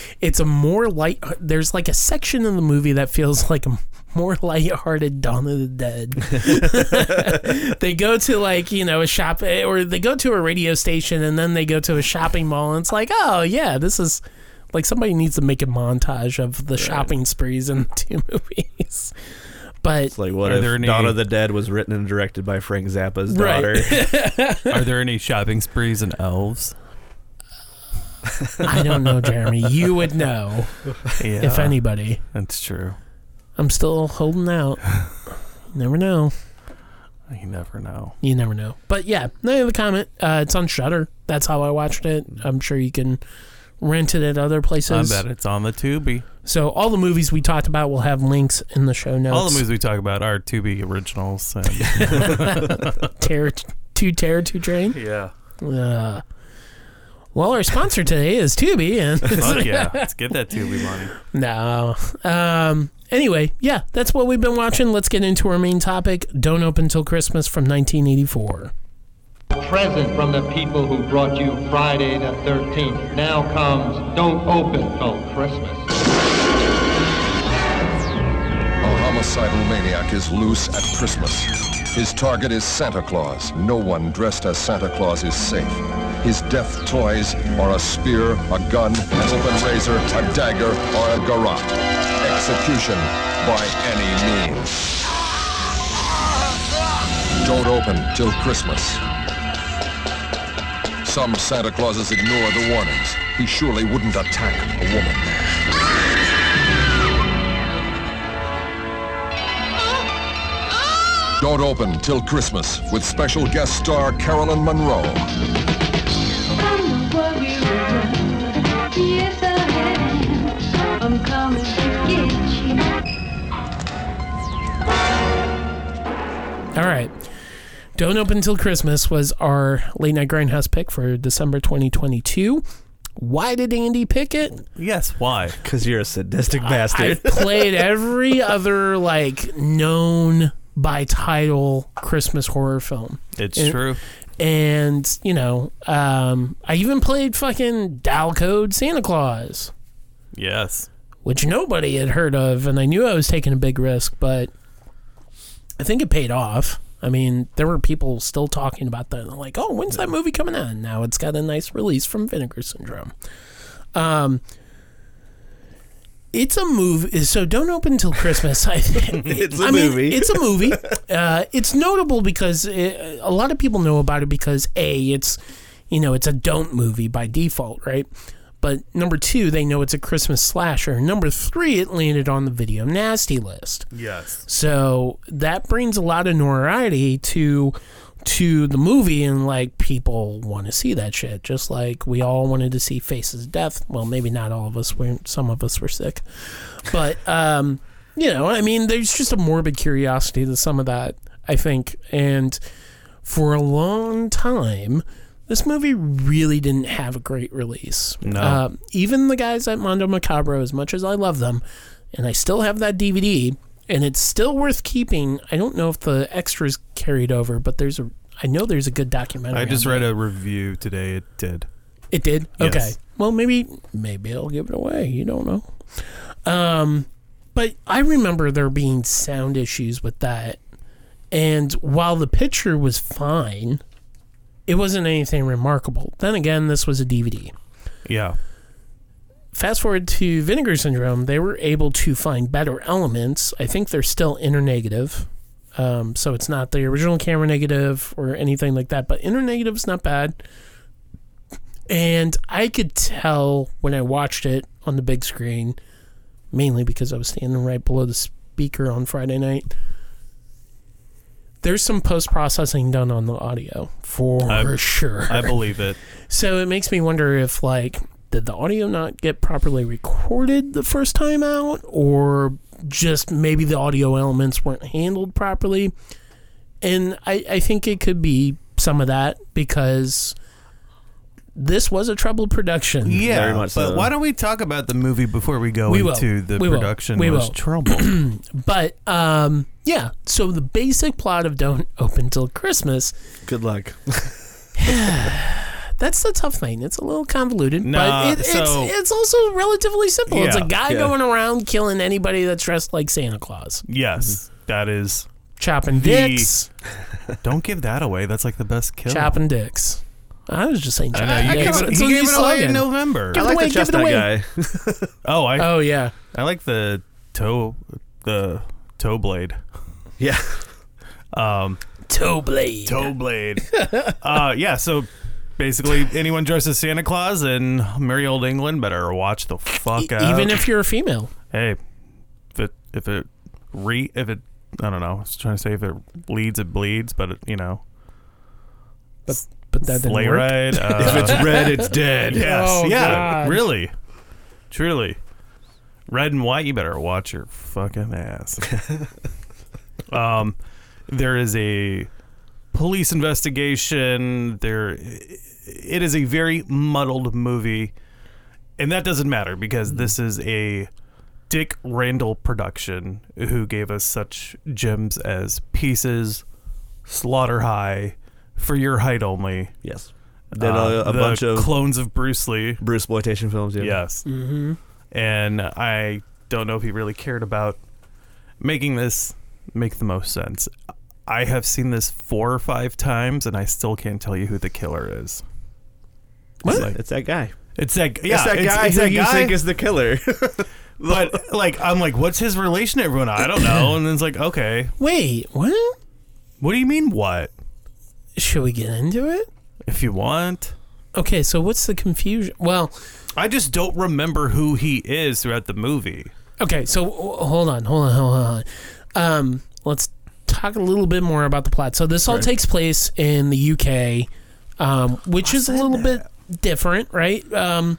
C: <laughs> it's a more light. There's like a section in the movie that feels like a more lighthearted Dawn of the Dead. <laughs> they go to like you know a shop, eh, or they go to a radio station, and then they go to a shopping mall, and it's like, oh yeah, this is like somebody needs to make a montage of the shopping sprees in <laughs> the two movies. But
B: It's like what
D: Are
B: if
D: there any-
B: Dawn of the Dead was written and directed by Frank Zappa's
C: Right.
B: daughter? <laughs>
D: Are there any shopping sprees in <laughs> elves?
C: I don't know, Jeremy. You would know if
D: Yeah.
C: anybody.
D: That's true.
C: I'm still holding out. Never know.
D: You never know.
C: You never know. But yeah, no the comment. Uh, it's on Shutter. That's how I watched it. I'm sure you can rent it at other
D: I
C: places.
D: bet it's on the Tubi.
C: So all the movies we talked about will have links in the show notes.
D: All the movies we talk about are Tubi originals. <laughs> and-
C: Terror, two Terror, two Train.
D: Yeah.
C: Uh, well, our sponsor today is Tubi, and <laughs>
D: <laughs> Fuck <laughs> yeah. Let's get that Tubi money.
C: No. Um. Anyway, yeah, that's what we've been watching. Let's get into our main topic. Don't open till Christmas from 1984.
O: present from the people who brought you Friday the 13th. Now comes Don't Open Till Christmas.
P: A homicidal maniac is loose at Christmas. His target is Santa Claus. No one dressed as Santa Claus is safe. His death toys are a spear, a gun, an open razor, a dagger, or a garrote. Execution by any means. Don't open till Christmas. Some Santa Clauses ignore the warnings. He surely wouldn't attack a woman. Don't open till Christmas with special guest star Carolyn Monroe.
F: Yes, I am. I'm coming to get you.
C: All right. Don't Open Till Christmas was our late night grindhouse pick for December 2022. Why did Andy pick it?
D: Yes, why?
B: Because you're a sadistic
C: I
B: bastard.
C: played every other like known by title Christmas horror film.
D: It's
C: And-
D: true.
C: And you know, um, I even played fucking Dial Code Santa Claus,
D: Yes.
C: which nobody had heard of, and I knew I was taking a big risk, but I think it paid off. I mean, there were people still talking about that. and they're like, oh, when's that movie coming out? And now it's got a nice release from Vinegar Syndrome. Um, it's a movie. So don't open till Christmas. I,
B: <laughs> It's
C: a
B: a movie.
C: it's a
B: <laughs>
C: movie. Uh, it's notable because it, a lot of people know about it because a it's you know it's a don't movie by default, right? But number two, they know it's a Christmas slasher. Number three, it landed on the video nasty list.
D: Yes.
C: So that brings a lot of notoriety to to the movie and like people want to see that shit just like we all wanted to see faces of death well maybe not all of us were some of us were sick but um you know i mean there's just a morbid curiosity to some of that i think and for a long time this movie really didn't have a great release
D: No.
C: uh, even the guys at mondo macabro as much as i love them and i still have that dvd and it's still worth keeping. I don't know if the extras carried over, but there's a I know there's a good documentary.
D: I just
C: on
D: read a review today. It did.
C: that. it did.
D: Yes.
C: Okay. Well, maybe maybe I'll give it away. You don't know. Um, but I remember there being sound issues with that, and while the picture was fine, it wasn't anything remarkable. Then again, this was a DVD.
D: Yeah.
C: Fast forward to Vinegar Syndrome, they were able to find better elements. I think they're still internegative. Um, so it's not the original camera negative or anything like that, but internegative's not bad. And I could tell when I watched it on the big screen, mainly because I was standing right below the speaker on Friday night. There's some post processing done on the audio for
D: I-
C: sure.
D: I believe it.
C: So it makes me wonder if like did the audio not get properly recorded the first time out or just maybe the audio elements weren't handled properly. And I, I think it could be some of that because this was a troubled production.
D: Yeah, but why don't we talk about the movie before we go
C: We will.
D: into the
C: We will.
D: production?
C: We
D: was
C: will. <clears throat>
D: trouble.
C: But um, yeah, so the basic plot of Don't Open Till Christmas.
B: <laughs> Good luck.
C: That's the tough thing. It's a little convoluted,
D: Nah,
C: but it,
D: so-
C: it's it's also relatively simple. it's a
D: Yeah,
C: guy
D: yeah.
C: going around killing anybody that's dressed like Santa Claus. Mm-hmm.
D: yes, that is
C: chopping dicks.
D: Don't give that away. That's like the best kill.
C: Chopping dicks. I was just saying.
D: I
C: Chopping
D: know, you
C: dicks.
D: gave it-
C: It's
D: he
C: a
D: gave
C: new
D: it away in
C: slogan.
D: November.
C: Give
D: I
C: it
D: like the
C: away. give it
D: chestnut
C: away.
D: guy. <laughs> Oh, I.
C: Oh, yeah.
D: I like the toe, the toe blade.
B: <laughs> Yeah.
D: Um.
C: Toe blade. <laughs>
D: Toe blade. uh. Yeah. So. Basically, anyone dressed as Santa Claus in merry old England better watch the fuck out.
C: E-, Even if you're a female.
D: hey, if it if it re if it I don't know. I was trying to say if it leads, it bleeds, but it, you know,
C: But but that didn't
D: Sleigh
C: work. <laughs>
D: ride. uh,
B: If <laughs> it's red, it's dead.
D: Yes.
B: Oh,
D: yeah.
B: God.
D: Really. Truly. Red and white. You better watch your
B: <laughs>
D: fucking ass. um, there is a police investigation. There, it is a very muddled movie, and that doesn't matter because this is a Dick Randall production who gave us such gems as Pieces, Slaughter High, For Your Height Only.
B: Yes. Did a- a
D: Uh, the
B: bunch of-
D: clones of Bruce Lee,
B: Bruce exploitation films. Yeah.
D: Yes.
C: Mhm.
D: And I don't know if he really cared about making this make the most sense. I have seen this four or five times, and I still can't tell you who the killer is.
B: What? it's that guy.
D: It's that yeah.
B: it's that guy
D: it's
B: who
D: that
B: you
D: guy.
B: think is the killer. <laughs>
D: but like I'm like, what's his relation to everyone? I don't know. And then it's like, okay,
C: Wait, what?
D: What do you mean what?
C: Should we get into it?
D: If you want.
C: Okay, so what's the confusion? Well,
D: I just don't remember who he is throughout the movie.
C: Okay, so w- hold on, hold on, hold on. Hold on. Um, let's talk a little bit more about the plot. So this all
D: Right.
C: takes place in the UK, um, which is a little bit different, right? Um,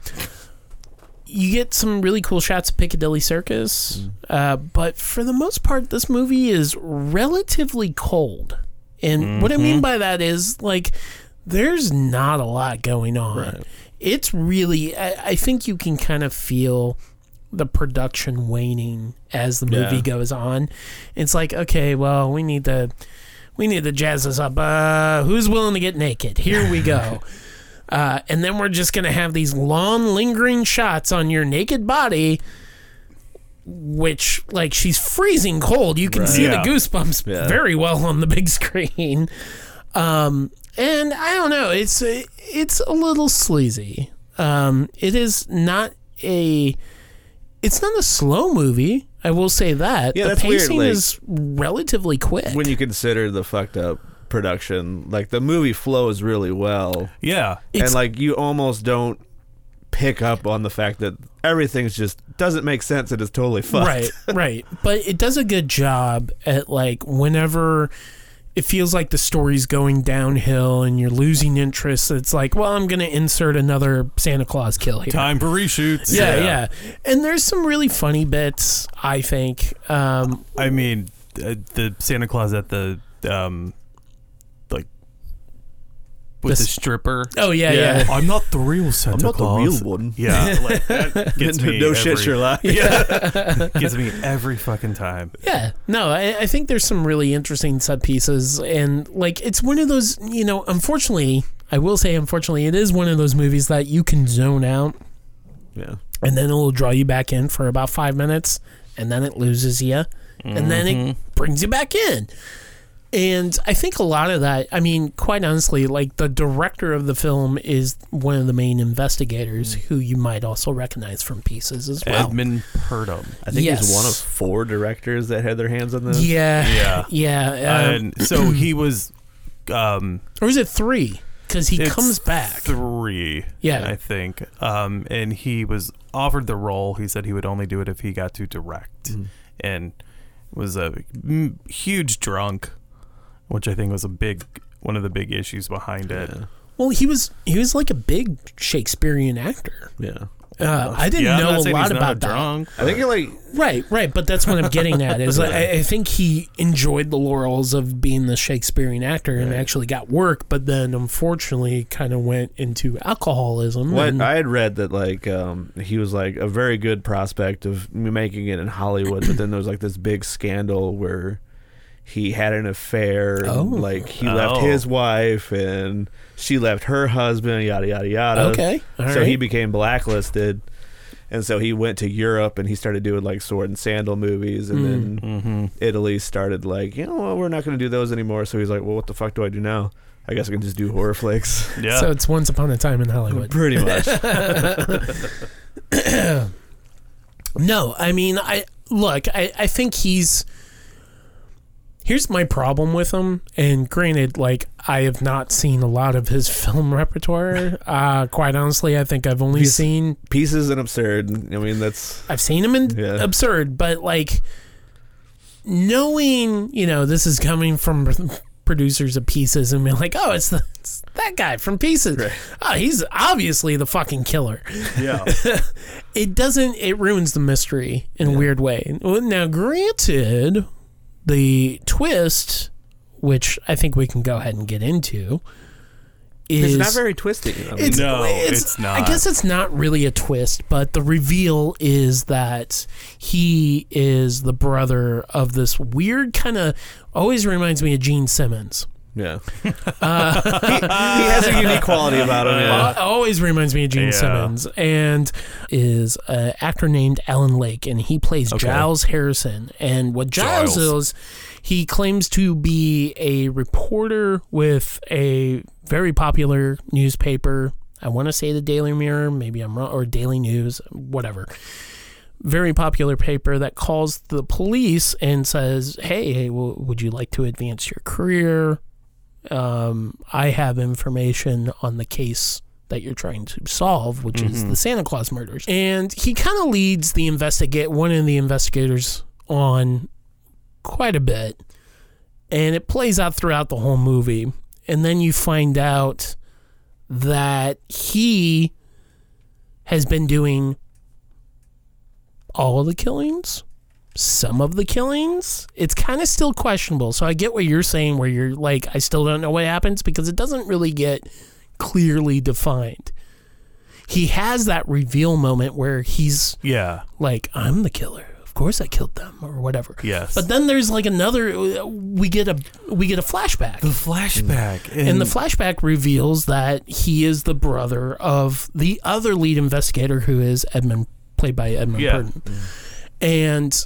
C: you get some really cool shots of Piccadilly Circus, uh, but for the most part, this movie is relatively cold. And what I mean
D: Mhm.
C: by that is like there's not a lot going on. It's really I, I think you can kind of feel the production waning as the movie
D: Yeah.
C: goes on. It's like, okay, well, we need to we need to jazz this up. Uh, who's willing to get naked? Here we go. Uh, and then we're just gonna have these long, lingering shots on your naked body, which, like, she's freezing cold. You can
D: Right.
C: see
D: Yeah.
C: the goosebumps
D: Yeah.
C: very well on the big <laughs> screen. Um, and I don't know, it's it's a little sleazy. Um, it is not a, it's not a slow movie. I will say that.
B: Yeah,
C: the
B: that's weird,
C: pacing
B: like-
C: is relatively quick.
B: when you consider the fucked up production, like the movie flows really well.
D: Yeah.
B: and like you almost don't pick up on the fact that everything's just doesn't make sense. It is totally fucked.
C: Right, right. But it does a good job at like whenever it feels like the story's going downhill and you're losing interest, it's like, well, I'm going to insert another Santa Claus kill here.
D: Time for reshoots.
C: Yeah, yeah, And there's some really funny bits, I think. Um,
D: I mean, uh, the Santa Claus at the um, like with
C: This-
D: the stripper.
C: Oh, yeah, yeah.
D: <laughs> I'm not the real Santa
C: not the real
D: Claus.
C: one.
B: <laughs>
D: Yeah,
C: <laughs>
D: like, that gets
B: No-
D: me.
B: no shit,
D: every-
B: Sherlock.
D: <laughs> Yeah, gets me every fucking time.
C: Yeah, no, I, I think there's some really interesting set pieces, and like it's one of those, you know, unfortunately, I will say, unfortunately, it is one of those movies that you can zone out,
B: yeah,
C: and then it'll draw you back in for about five minutes, and then it loses you, and then
D: Mhm.
C: it brings you back in. And I think a lot of that, I mean, quite honestly, like the director of the film is one of the main investigators who you might also recognize from pieces as well.
D: Edmund Purdom.
B: I think he's one of
C: Yes.
B: four directors that had their hands on this.
C: Yeah.
D: Yeah.
C: Yeah, um,
D: and so he was. Um,
C: Or is it three? Because he
D: It's
C: comes back.
D: Three.
C: Yeah.
D: I think. Um, and he was offered the role. He said he would only do it if he got to direct,
C: Mm-hmm.
D: and was a m- huge drunk, which I think was a big one of the big issues behind it.
C: Well, he was he was like a big Shakespearean actor.
B: Yeah.
C: Uh, I didn't
D: Oh, Yeah, I'm
C: know
D: not
C: a
D: saying
C: lot
D: he's not
C: about
D: a
C: that.
D: drunk,
B: I think it like
C: Right, right, but that's what I'm getting at is I, I think he enjoyed the laurels of being the Shakespearean actor and actually got work, but then unfortunately kind of went into alcoholism.
B: What
D: Uh,
C: and-
B: I had read that like um, he was like a very good prospect of making it in Hollywood, but then there was like this big scandal where he had an affair. and,
C: Oh.
B: like he left
C: Oh.
B: his wife and she left her husband. Yada yada yada.
C: Okay, all
B: so he
C: right.
B: became blacklisted, and so he went to Europe and he started doing like sword and sandal movies, and then
C: Hmm.
B: Italy started like you know what we're not going to do those anymore. So he's like, well, what the fuck do I do now? I guess I can just do horror flicks. <laughs>
C: So it's Once Upon a Time in Hollywood.
B: Pretty much.
C: no, I mean, I look, I, I think he's. Here's my problem with him, and granted, like I have not seen a lot of his <laughs> film repertoire. Uh, quite honestly, I think I've only
B: He's-
C: seen
B: pieces and absurd. I mean, that's
C: I've seen him in
B: Yeah.
C: absurd, but like knowing, you know, this is coming from <laughs> producers of pieces and being like, oh, it's, the, it's that guy from pieces. Oh, he's obviously the fucking killer.
D: Yeah.
C: <laughs> it doesn't, it ruins the mystery in a weird way. Well, Now, granted, the twist, which I think we can go ahead and get into, is
B: it's not very twisty. I mean,
C: it's, it's, I guess it's not really a twist, but the reveal is that he is the brother of this weird kind of. Always reminds me of Gene Simmons.
B: <laughs>
C: <laughs>
B: yeah. he, he has a unique quality about him.
C: Uh, always reminds me of Gene
B: Yeah.
C: Simmons, and is an actor named Alan Lake, and he plays
B: Okay.
C: Giles Harrison. And what Giles,
D: Giles.
C: is, he claims to be a reporter with a very popular newspaper. I want to say the Daily Mirror, maybe I'm wrong, or Daily News, whatever. Very popular paper that calls the police and says, "Hey, hey w- would you like to advance your career? um, I have information on the case that you're trying to solve, which is
D: Mhm.
C: the Santa Claus murders. And he kind of leads the investigate one of the investigators on quite a bit, and it plays out throughout the whole movie. And then you find out that he has been doing all the killings, some of the killings. It's kind of still questionable. So I get what you're saying, where you're like, I still don't know what happens because it doesn't really get clearly defined. He has that reveal moment where he's
D: Yeah.
C: like, I'm the killer. Of course I killed them or whatever.
D: Yes.
C: But then there's like another we get a we get a flashback. The
D: flashback.
C: And, the flashback reveals that he is the brother of the other lead investigator who is Edmund played by Edmund
D: Yeah.
C: Burton. And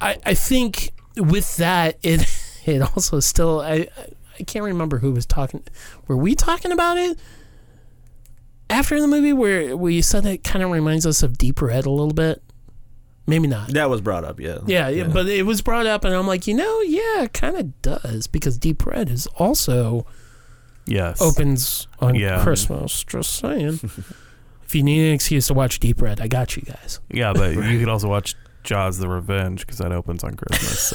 C: I I think with that it <laughs> it also still I I can't remember who was talking were we talking about it? After the movie where we said it kind of reminds us of Deep Red a little bit. Maybe not.
B: That was brought up, yeah.
C: Yeah, yeah, but it was brought up, and I'm like, you know, yeah, it kind of does because Deep Red is also
D: Yes.
C: opens on
D: Yeah.
C: Christmas. Just
D: <laughs>
C: saying. if you need an excuse to watch Deep Red, I got you guys.
D: Yeah, but you could also watch Jaws: The Revenge because that opens on Christmas.
C: <laughs>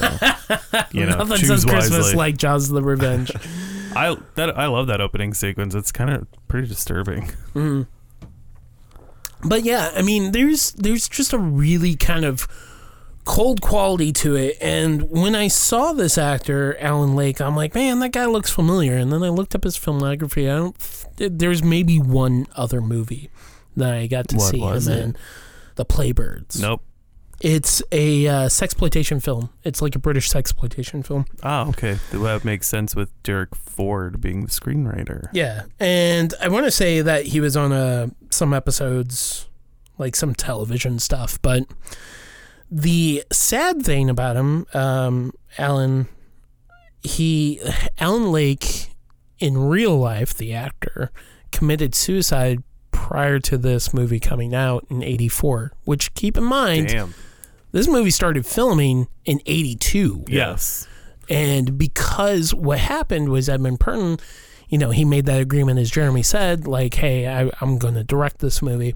D: So you know,
C: Nothing
D: choose
C: says Christmas
D: wisely.
C: like Jaws of the
D: <laughs>
C: Revenge.
D: I that I love that opening sequence. It's kind of pretty disturbing.
C: Mm. But yeah, I mean, there's there's just a really kind of cold quality to it. And when I saw this actor, Alan Lake, I'm like, man, that guy looks familiar. And then I looked up his filmography. I don't. There's maybe one other movie that I got to
D: What
C: see
D: was
C: him
D: it?
C: in, The Playbirds.
D: Nope.
C: It's a uh, sexploitation film. It's like a British sexploitation film.
D: Ah, okay. That makes sense with Derek Ford being the screenwriter.
C: Yeah, and I want to say that he was on uh, some episodes, like some television stuff. But the sad thing about him, um, Alan, he Alan Lake, in real life, the actor committed suicide prior to this movie coming out in '84. Which keep in mind,
D: Damn.
C: this movie started filming in '82.
D: Yes.
C: And because what happened was Edmund Purton, you know, he made that agreement, as Jeremy said, like, hey, I, I'm going to direct this movie.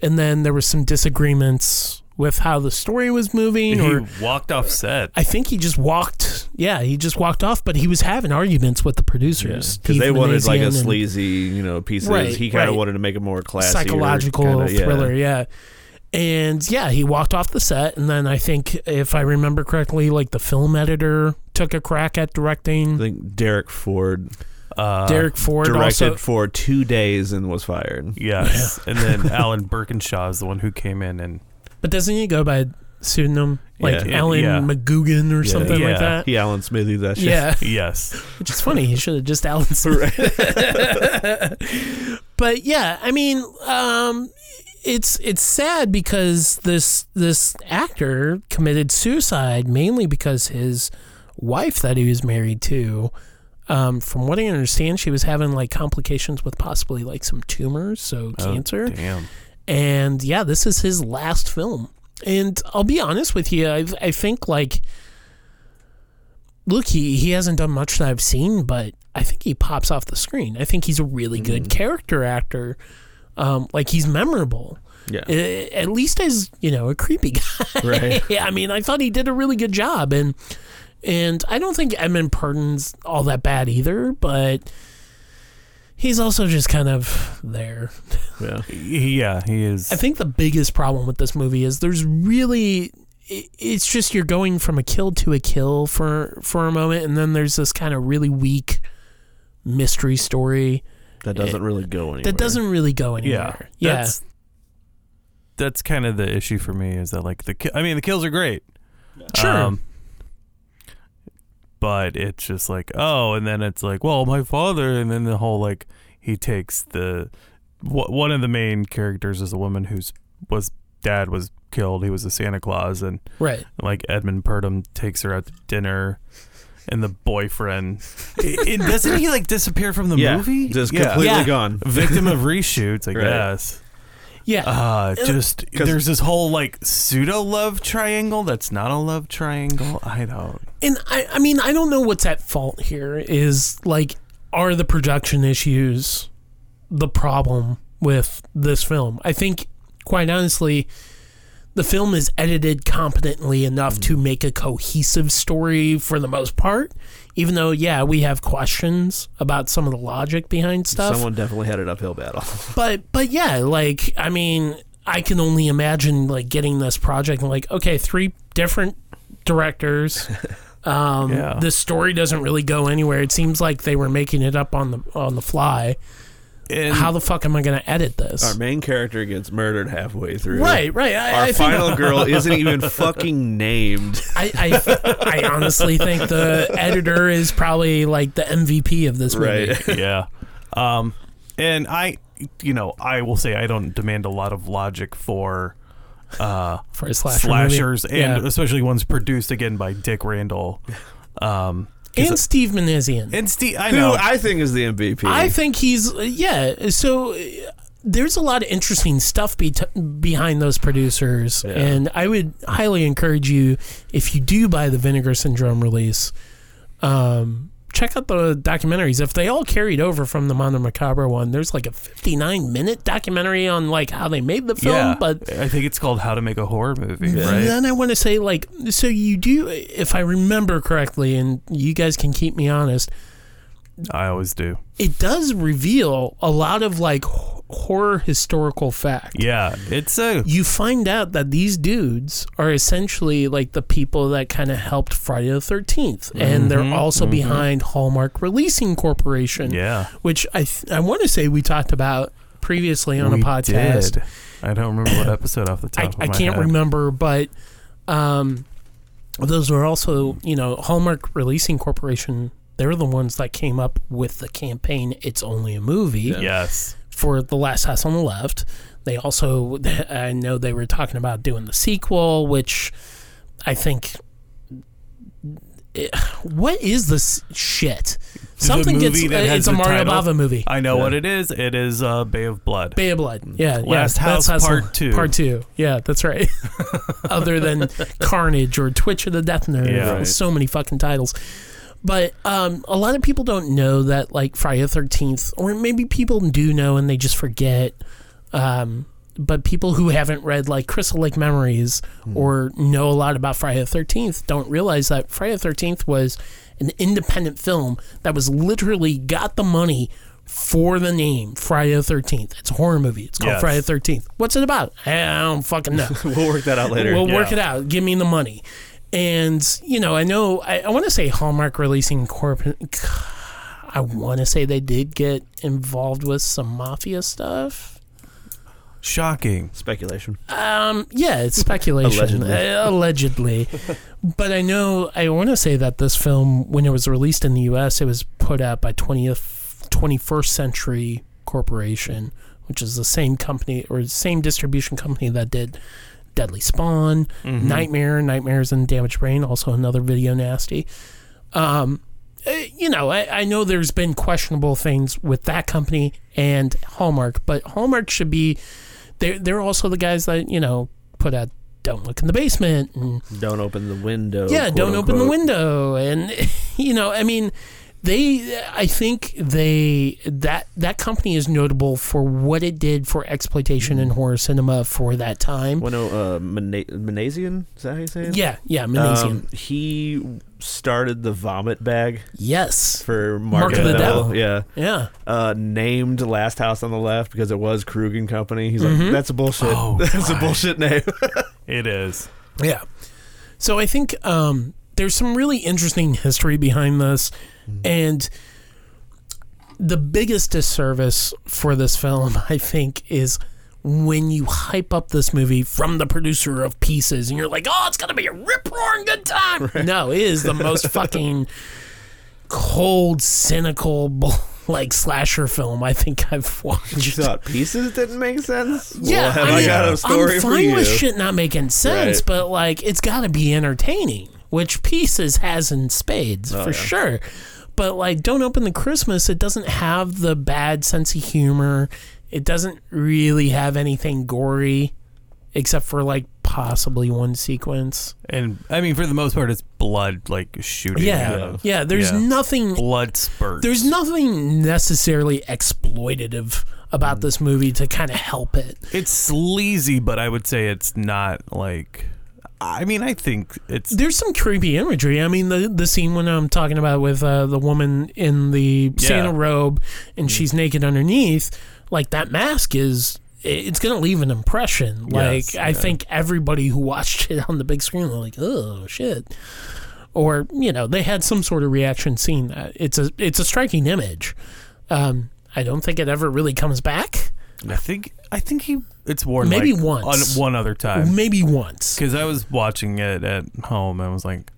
C: And then there was some disagreements with how the story was moving.
D: He
C: Or
D: walked off set.
C: I think he just walked. Yeah, he just walked off, but he was having arguments with the producers.
B: because
C: Steve
B: they wanted like
C: Manasian
B: a
C: and-
B: sleazy, you know, piece. of
C: Right,
B: this. He kind of
C: right.
B: wanted to make it more classy,
C: psychological thriller, yeah. And yeah, he walked off the set, and then I think, if I remember correctly, like the film editor took a crack at directing.
B: I think Derek Ford. Uh,
C: Derek Ford
B: directed
C: also-
B: for two days and was fired.
D: Yes. and then <laughs> Alan Birkinshaw is the one who came in and
C: But doesn't he go by a pseudonym like
D: Yeah.
C: Alan
D: Yeah.
C: McGugan or something like that?
B: He Alan Smithy that shit.
C: Yeah. <laughs>
D: yes.
C: Which is funny. He should have just
D: <laughs>
C: Alan Smith. <laughs> but yeah, I mean, um, it's it's sad because this this actor committed suicide mainly because his wife that he was married to. Um, from what I understand, she was having like complications with possibly like some tumors, so
D: Oh,
C: cancer.
D: damn.
C: And yeah, this is his last film. And I'll be honest with you, I I think like look, he, he hasn't done much that I've seen, but I think he pops off the screen. I think he's a really good
B: Mm-hmm.
C: character actor. Um, like he's memorable.
B: Yeah.
C: A- at least as, you know, a creepy <laughs> guy. <laughs>
B: Right.
C: I mean, I thought he did a really good job and and I don't think Edmund Purton's all that bad either, but he's also just kind of there.
B: Yeah.
D: Yeah, he is.
C: I think the biggest problem with this movie is there's really i- it's just you're going from a kill to a kill for for a moment and then there's this kind of really weak mystery story
B: That doesn't really go anywhere.
C: that doesn't really go
D: Yeah.
C: anywhere. Yeah.
D: That's, that's kind of the issue for me is that like the ki- I mean the kills are great.
C: Sure.
D: Um, but it's just like oh and then it's like well my father and then the whole like he takes the wh- one of the main characters is a woman whose was dad was killed he was a Santa Claus and
C: Right.
D: like Edmund Purdom takes her out to dinner and the boyfriend it, doesn't he like disappear from the
B: Yeah,
D: movie
B: just completely <laughs> Yeah. gone.
D: victim of reshoots I
B: Right.
D: guess
C: Yeah.
D: uh,
C: Uh,
D: just
B: 'Cause-
D: there's this whole like pseudo love triangle that's not a love triangle. I don't.
C: And I, I mean, I don't know what's at fault here is like, are the production issues the problem with this film? I think, quite honestly, the film is edited competently enough to make a cohesive story for the most part, even though, yeah, we have questions about some of the logic behind stuff
B: Someone definitely had an
C: <laughs>
B: uphill battle.
C: but but yeah, like I mean, I can only imagine like getting this project and like okay, three different directors. Um,
D: Yeah.
C: The story doesn't really go anywhere. It seems like they were making it up on the on the fly.
D: And-
C: How the fuck am I going to edit this?
B: Our main character gets murdered halfway through.
C: Right, right, I-
B: Our
C: I think-
B: final girl isn't
C: <laughs>
B: even fucking named.
C: I, I I honestly think
B: <laughs>
C: the editor is probably like the MVP of this movie.
D: yeah. Um, and I, you know, I will say I don't demand a lot of logic for. Uh,
C: For a slasher
D: slashers,
C: movie.
D: and
C: Yeah.
D: especially ones produced again by Dick Randall, um, 'cause-
C: And Steve Manasian.
D: and Steve. I
B: <laughs>
C: <laughs>
B: Who
D: know.
B: I think is the MVP.
C: I think he's yeah. So uh, there's a lot of interesting stuff be behind those producers, and I would highly encourage you if you do buy the Vinegar Syndrome release, um, check out the documentaries. If they all carried over from the Mondo Macabre one, there's like a 59 minute documentary on like how they made the film,
D: yeah,
C: but
D: I think it's called How to Make a Horror Movie, right?
C: and then I want to say, like, so you do, if I remember correctly, and you guys can keep me honest,
D: I always do.
C: it does reveal a lot of like h- horror historical fact.
D: Yeah, it's a
C: You find out that these dudes are essentially like the people that kind of helped Friday the 13th, and they're
D: Mhm,
C: also
D: mhm.
C: behind Hallmark Releasing Corporation.
D: Yeah.
C: which I th- I want to say we talked about previously on
D: we
C: a podcast.
D: did. I don't remember what episode off the top.
C: I,
D: of
C: I
D: my
C: can't
D: head.
C: remember, but um, those were also, you know, Hallmark Releasing Corporation. They're the ones that came up with the campaign. It's only a movie.
D: Yeah. Yes.
C: For the Last House on the Left, they also. <laughs> I know they were talking about doing the sequel, which I think. <sighs> What is this shit?
D: The
C: Something
D: movie
C: gets. uh,
D: that has
C: It's a
D: the
C: Mario
D: title- Uh,
C: Bava movie.
D: I know what it is. It is uh, Bay of Blood.
C: Bay of Blood. Yeah.
D: Last
C: yeah.
D: House
C: That's how-
D: Part Two.
C: Part two. Yeah, that's
D: <laughs>
C: right. Other than Carnage or Twitch of the Death Nerve,
D: Yeah, right.
C: so many fucking titles. But um, a lot of people don't know that, like Friday the Thirteenth, or maybe people do know and they just forget. Um, but people who haven't read like Crystal Lake Memories
B: Hmm.
C: or know a lot about Friday the Thirteenth don't realize that Friday the Thirteenth was an independent film that was literally got the money for the name Friday the Thirteenth. It's a horror movie. It's called
B: Yes.
C: Friday the Thirteenth. What's it about? I don't fucking know.
B: <laughs> We'll work that out later.
C: We'll
B: Yeah.
C: work it out. Give me the money. And you know, I know. I, I want to say Hallmark releasing corp. <sighs> I want to say they did get involved with some mafia stuff.
D: Shocking
B: speculation.
C: Um, yeah, it's speculation.
B: Allegedly.
C: Uh, allegedly. but I know. I want to say that this film, when it was released in the U.S., it was put out by twentieth, twenty-first Century Corporation, which is the same company or same distribution company that did Deadly Spawn,
D: Mhm.
C: Nightmare, Nightmares and Damaged Brain, also another video nasty. Um, eh, you know, I, I know there's been questionable things with that company and Hallmark, but Hallmark should be. They're they're also the guys that you know put out "Don't Look in the Basement" and
B: Don't open the window.
C: yeah,
B: quote
C: don't open the
B: unquote.
C: window, and <laughs> you know, I mean, they. I think they that that company is notable for what it did for exploitation in horror cinema for that time.
B: Well, no, uh, Mena- Menasian? Is that how you say it?
C: Yeah, yeah, Menasian.
B: Um, he started the vomit bag.
C: Yes.
B: For Mark, of the Devil. Yeah.
C: Yeah.
B: Uh, named Last House on the Left because it was Krug and Company. He's
C: Mhm.
B: like, that's a bullshit. <laughs>
D: Oh,
B: that's
D: God.
B: a bullshit
C: <laughs>
B: name.
D: It is.
C: Yeah. So I think um, there's some really interesting history behind this, and the biggest disservice for this film, <laughs> I think, is when you hype up this movie from the producer of Pieces, and you're like, "Oh, it's gonna be a rip roaring good time." No, it is the most fucking cold, cynical, <laughs> like slasher film I think I've watched.
B: you thought pieces didn't make sense?
C: Yeah,
B: Well, have
C: I,
B: I,
C: mean,
B: got a story
C: am
B: for
C: fine with
B: you.
C: shit not making sense,
B: Right.
C: but like it's got to be entertaining, which Pieces has in spades
B: Oh,
C: for
B: yeah.
C: sure. But like, don't open the Christmas. It doesn't have the bad sense of humor. It doesn't really have anything gory, except for like possibly one sequence.
D: And I mean, for the most part, it's blood like shooting.
C: Yeah.
D: out of-
C: Yeah, there's nothing-
D: Blood spurts.
C: There's nothing necessarily exploitative
B: Mm.
C: about this movie to kind of help it.
D: It's sleazy, but I would say it's not like. I mean, I think it's
C: There's some creepy imagery. I mean, the the scene when I'm talking about with uh, the woman in the
D: Yeah. Mm-hmm.
C: Santa robe and she's naked underneath, like that mask is i- it's gonna leave an impression. Like
D: Yes,
C: I
D: yeah.
C: think everybody who <laughs> watched it on the big screen were like, oh shit, or you know they had some sort of reaction scene. Uh, It's a it's a striking image. Um, I don't think it ever really comes back.
D: I think I think he it's worn
C: Maybe
D: like,
C: once.
D: on- one other time
C: Maybe once
D: because I was watching it at home and was like,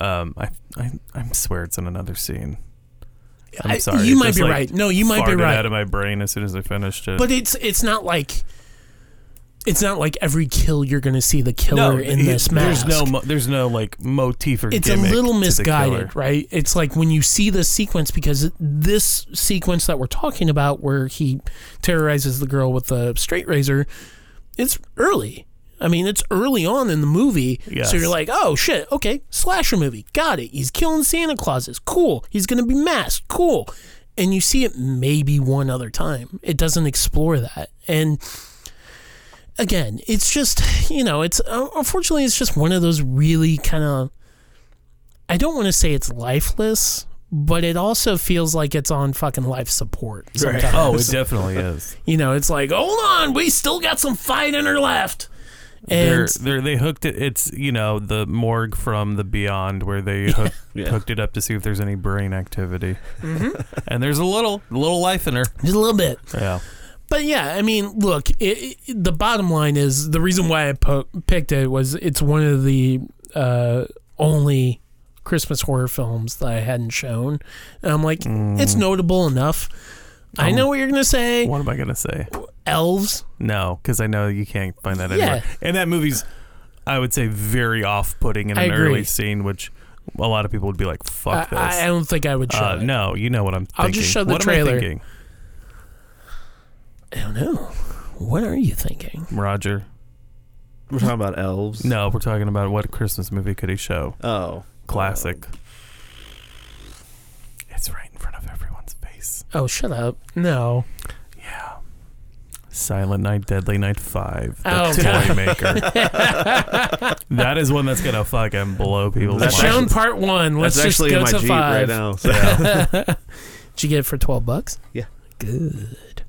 D: um, I I I swear it's in another scene.
C: I-
D: I'm sorry.
C: you
D: it
C: might
D: just,
C: be
D: like,
C: right. No, you might be
D: farted
C: right.
D: Out of my brain as soon as I finished it.
C: But it's it's not like it's not like every kill you're going to see the killer
D: no,
C: in
D: it-
C: this mask.
D: There's no mo- there's no like motif or
C: it's a
D: gimmick
C: little
D: to the killer.
C: misguided, right? It's like when you see this sequence because this sequence that we're talking about where he terrorizes the girl with the straight razor, it's early. I mean, it's early on in the movie,
D: Yes.
C: so you're like, "Oh shit, okay, slasher movie, got it." He's killing Santa Clauses, cool. He's gonna be masked, cool. And you see it maybe one other time. It doesn't explore that, and again, it's just you know, it's uh, unfortunately it's just one of those really kind of I don't want to say it's lifeless, but it also feels like it's on fucking life support. Sometimes.
D: Oh, it definitely is.
C: You know, it's like, hold on, we still got some fight in her left. <laughs> And
D: they're, they're, they hooked it. It's you know the morgue from the Beyond where they hook,
C: Yeah.
D: hooked it up to see if there's any brain activity,
C: Mhm.
D: <laughs> and there's a little little life in her,
C: just a little bit.
D: Yeah,
C: But yeah, I mean, look, it, it- the bottom line is the reason why I po- picked it was it's one of the uh, only Christmas horror films that I hadn't shown. And I'm like,
B: Mm.
C: it's notable enough. I
D: Um,
C: know what you're going to say.
D: What am I gonna say?
C: Elves.
D: No, because I know you can't find that
C: Yeah.
D: anywhere. And that movie's, I would say, very off-putting in
C: I
D: an
C: agree.
D: early scene, which a lot of people would be like, "Fuck
C: I-
D: this."
C: I don't think I would show
D: Uh,
C: it.
D: No, you know what I'm.
C: I'll
D: thinking.
C: just show the
D: what Am
C: trailer.
D: I thinking?
C: I don't know. What are you thinking?
D: Roger.
B: We're talking about elves.
D: No, we're talking about what Christmas movie could he show?
B: Oh,
D: classic. It's right in front of everyone's face.
C: Oh, shut up. No.
D: Silent Night, Deadly Night Five, The
C: Oh, God. <laughs>
D: Toymaker. that is one that's gonna fucking blow people's
C: That's
D: minds.
C: shown part one. Let's
B: that's
C: just
B: actually
C: go
B: in my
C: to
B: Jeep
C: five.
B: right now, so.
C: Did you get it for twelve bucks?
B: Yeah.
C: Good.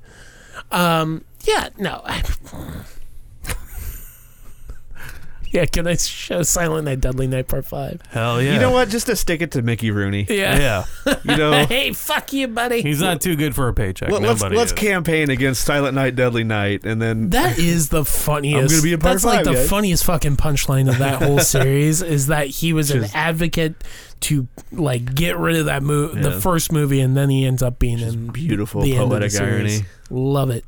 C: Um. Yeah. No. <laughs> I, yeah. Can I show Silent Night, Deadly Night Part Five?
D: Hell
B: You know what? Just to stick it to Mickey Rooney.
C: Yeah. <laughs>
B: you know,
C: hey, fuck you, buddy.
D: He's not too good for a paycheck.
B: let, us
D: Nobody
B: let's
D: is.
B: campaign against Silent Night, Deadly Night, and then <laughs>
C: That is the funniest.
B: I'm gonna be in part
C: That's
B: five,
C: like the
B: guys.
C: funniest fucking punchline of that
B: <laughs>
C: whole series is that he was an
B: Just-
C: advocate to like get rid of that movie, the
B: Yeah.
C: first movie, and then he ends up being in
B: beautiful
C: the end of the
B: poetic
C: series.
B: irony.
C: Love it.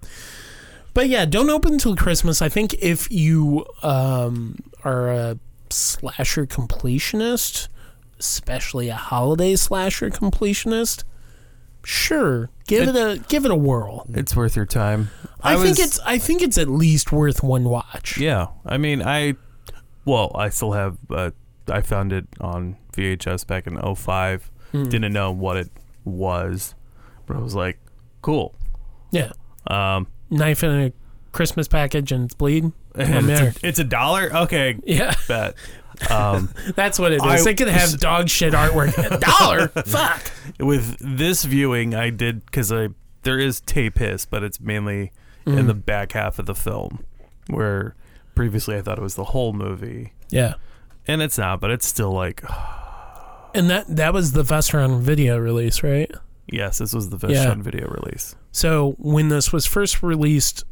C: But yeah, don't open until Christmas. I think if you um, are a slasher completionist, especially a holiday slasher completionist, sure, give it, a give it a whirl.
D: It's worth your time.
C: I,
D: was-
C: think it's I think it's at least worth one watch.
D: Yeah, I mean, I well, I still have. Uh, I found it on VHS back in 5
C: Hmm.
D: Didn't know what it was, but I was like, cool.
C: Yeah.
D: Um,
C: Knife in a Christmas package and it's
D: <laughs>
C: bleed. I'm there.
D: it's, a, it's a dollar. Okay.
C: Yeah. <laughs>
D: Bet. Um,
C: That's what it is.
D: I-
C: it could have dog shit
D: <laughs>
C: artwork. A dollar. Fuck.
D: with this viewing, I did because I there is tape hiss, but it's mainly in
C: Mhm.
D: the back half of the film, where previously I thought it was the whole movie.
C: Yeah.
D: and it's not, but it's still like
C: And that that was the Vestron video release, right?
D: yes, this was the Vestron
C: Yeah.
D: video release.
C: So when this was first released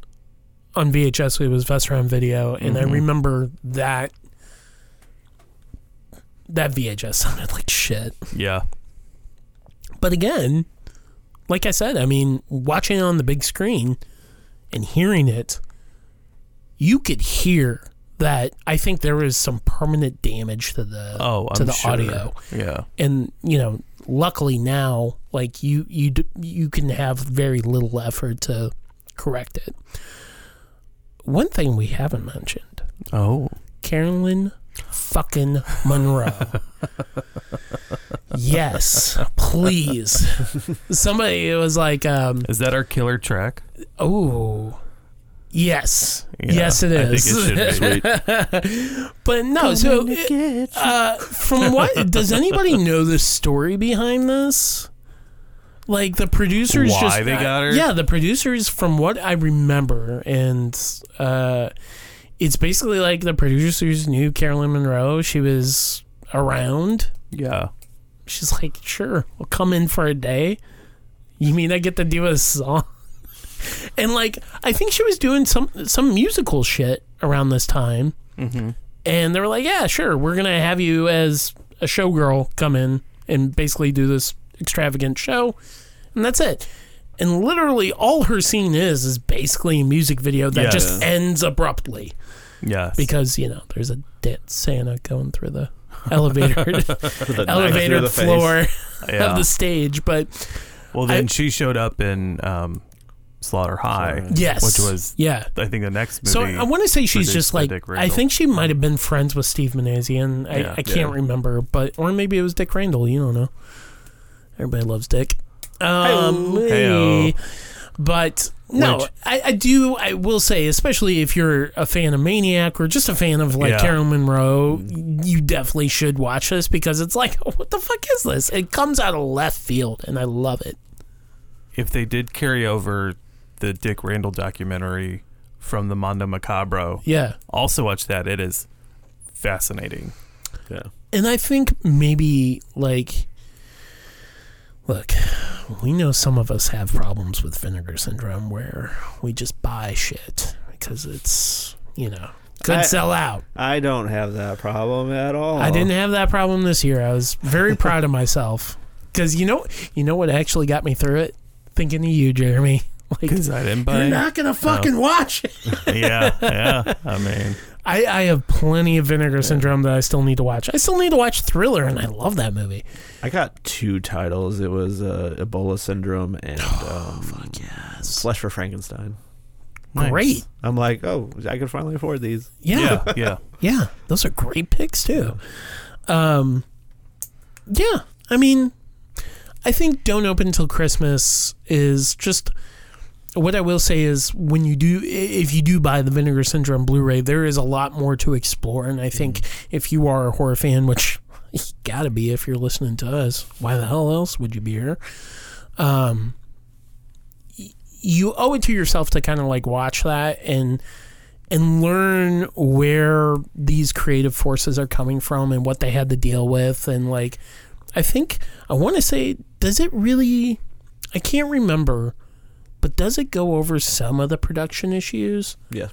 C: on VHS, it was Vestron video, and I
D: Mhm.
C: remember that that VHS sounded like shit.
D: Yeah,
C: But again, like I said, I mean, watching it on the big screen and hearing it, you could hear that I think there was some permanent damage to the
D: Oh,
C: to
D: I'm
C: the
D: sure.
C: audio.
D: Yeah.
C: And you know, luckily now like you you d- you can have very little effort to correct it. One thing we haven't mentioned.
D: Oh.
C: Carolyn fucking Monroe. yes, please. Somebody was like, um,
D: Is that our killer track?
C: "Oh, yes,
D: Yeah,
C: yes, it
D: I think
C: is."
D: it should
C: <laughs> but no, so uh, from what does anybody know the story behind this? Like the producers
D: Why
C: just
D: they got her?
C: Yeah, the producers from what I remember and uh it's basically like the producers knew Carolyn Monroe. She was around.
D: Yeah.
C: She's like, sure, we'll come in for a day. You mean I get to do a song? <laughs> And like, I think she was doing some some musical shit around this time.
D: Mm-hmm.
C: And they were like, yeah, sure, we're going to have you as a showgirl come in and basically do this extravagant show. And that's it. And literally all her scene is is basically a music video that just
D: Yes.
C: ends abruptly
D: Yes.
C: because, you know, there's a dead Santa going through the elevator
D: The knife
C: elevator
D: through the face.
C: floor <laughs>
D: <laughs> Yeah.
C: of the stage, but
D: Well, then
C: I-
D: she showed up in um, Slaughter High.
C: Yes.
D: Which was
C: Yeah.
D: I think the next movie.
C: So I want to say she's
D: produced
C: just
D: by
C: like
D: Dick
C: I
D: Randall.
C: think she might have been friends with Steve Manassian. I,
D: Yeah.
C: I can't
D: Yeah.
C: remember, but or maybe it was Dick Randall. You don't know. Everybody loves Dick. Um,
D: Hey-o.
C: hey. But no,
D: Which-
C: I, I do. I will say, especially if you're a fan of Maniac or just a fan of like
D: Yeah.
C: Carolyn Monroe, you definitely should watch this because it's like, <laughs> what the fuck is this? It comes out of left field, and I love it.
D: if they did carry over the Dick Randall documentary from the Mondo Macabro,
C: Yeah.
D: also watch that. It is fascinating.
B: Yeah,
C: And I think maybe like look, we know some of us have problems with vinegar syndrome where we just buy shit because it's, you know, good
A: I-
C: sell out.
A: I don't have that problem at all.
B: Oh.
C: I didn't have that problem this year. I was very proud of myself cuz you know you know what actually got me through it? Thinking of you, Jeremy. <laughs> Like
D: Because I didn't buy
C: You're
D: it.
C: not going to fucking
D: No.
C: watch it.
D: yeah, yeah. I mean,
C: I, I have plenty of Vinegar Syndrome that I still need to watch. I still need to watch Thriller, and I love that movie.
B: I got two titles. It was uh, Ebola syndrome
C: <sighs>
B: and um, Flesh for Frankenstein.
C: Nice. <laughs> Great.
B: I'm like, oh, I can finally afford these.
C: Yeah. Yeah, yeah. Yeah, those are great picks too. Um, yeah, I mean, I think don't open till Christmas is just what I will say is when you do, i- if you do buy the Vinegar Syndrome Blu-ray, there is a lot more to explore, and I think if you are a horror fan, which <laughs> you gotta be if you're listening to us, why the hell else would you be here? Um, you owe it to yourself to kind of like watch that and and learn where these creative forces are coming from and what they had to deal with and like I think I want to say does it really I can't remember but does it go over some of the production issues?
B: Yeah.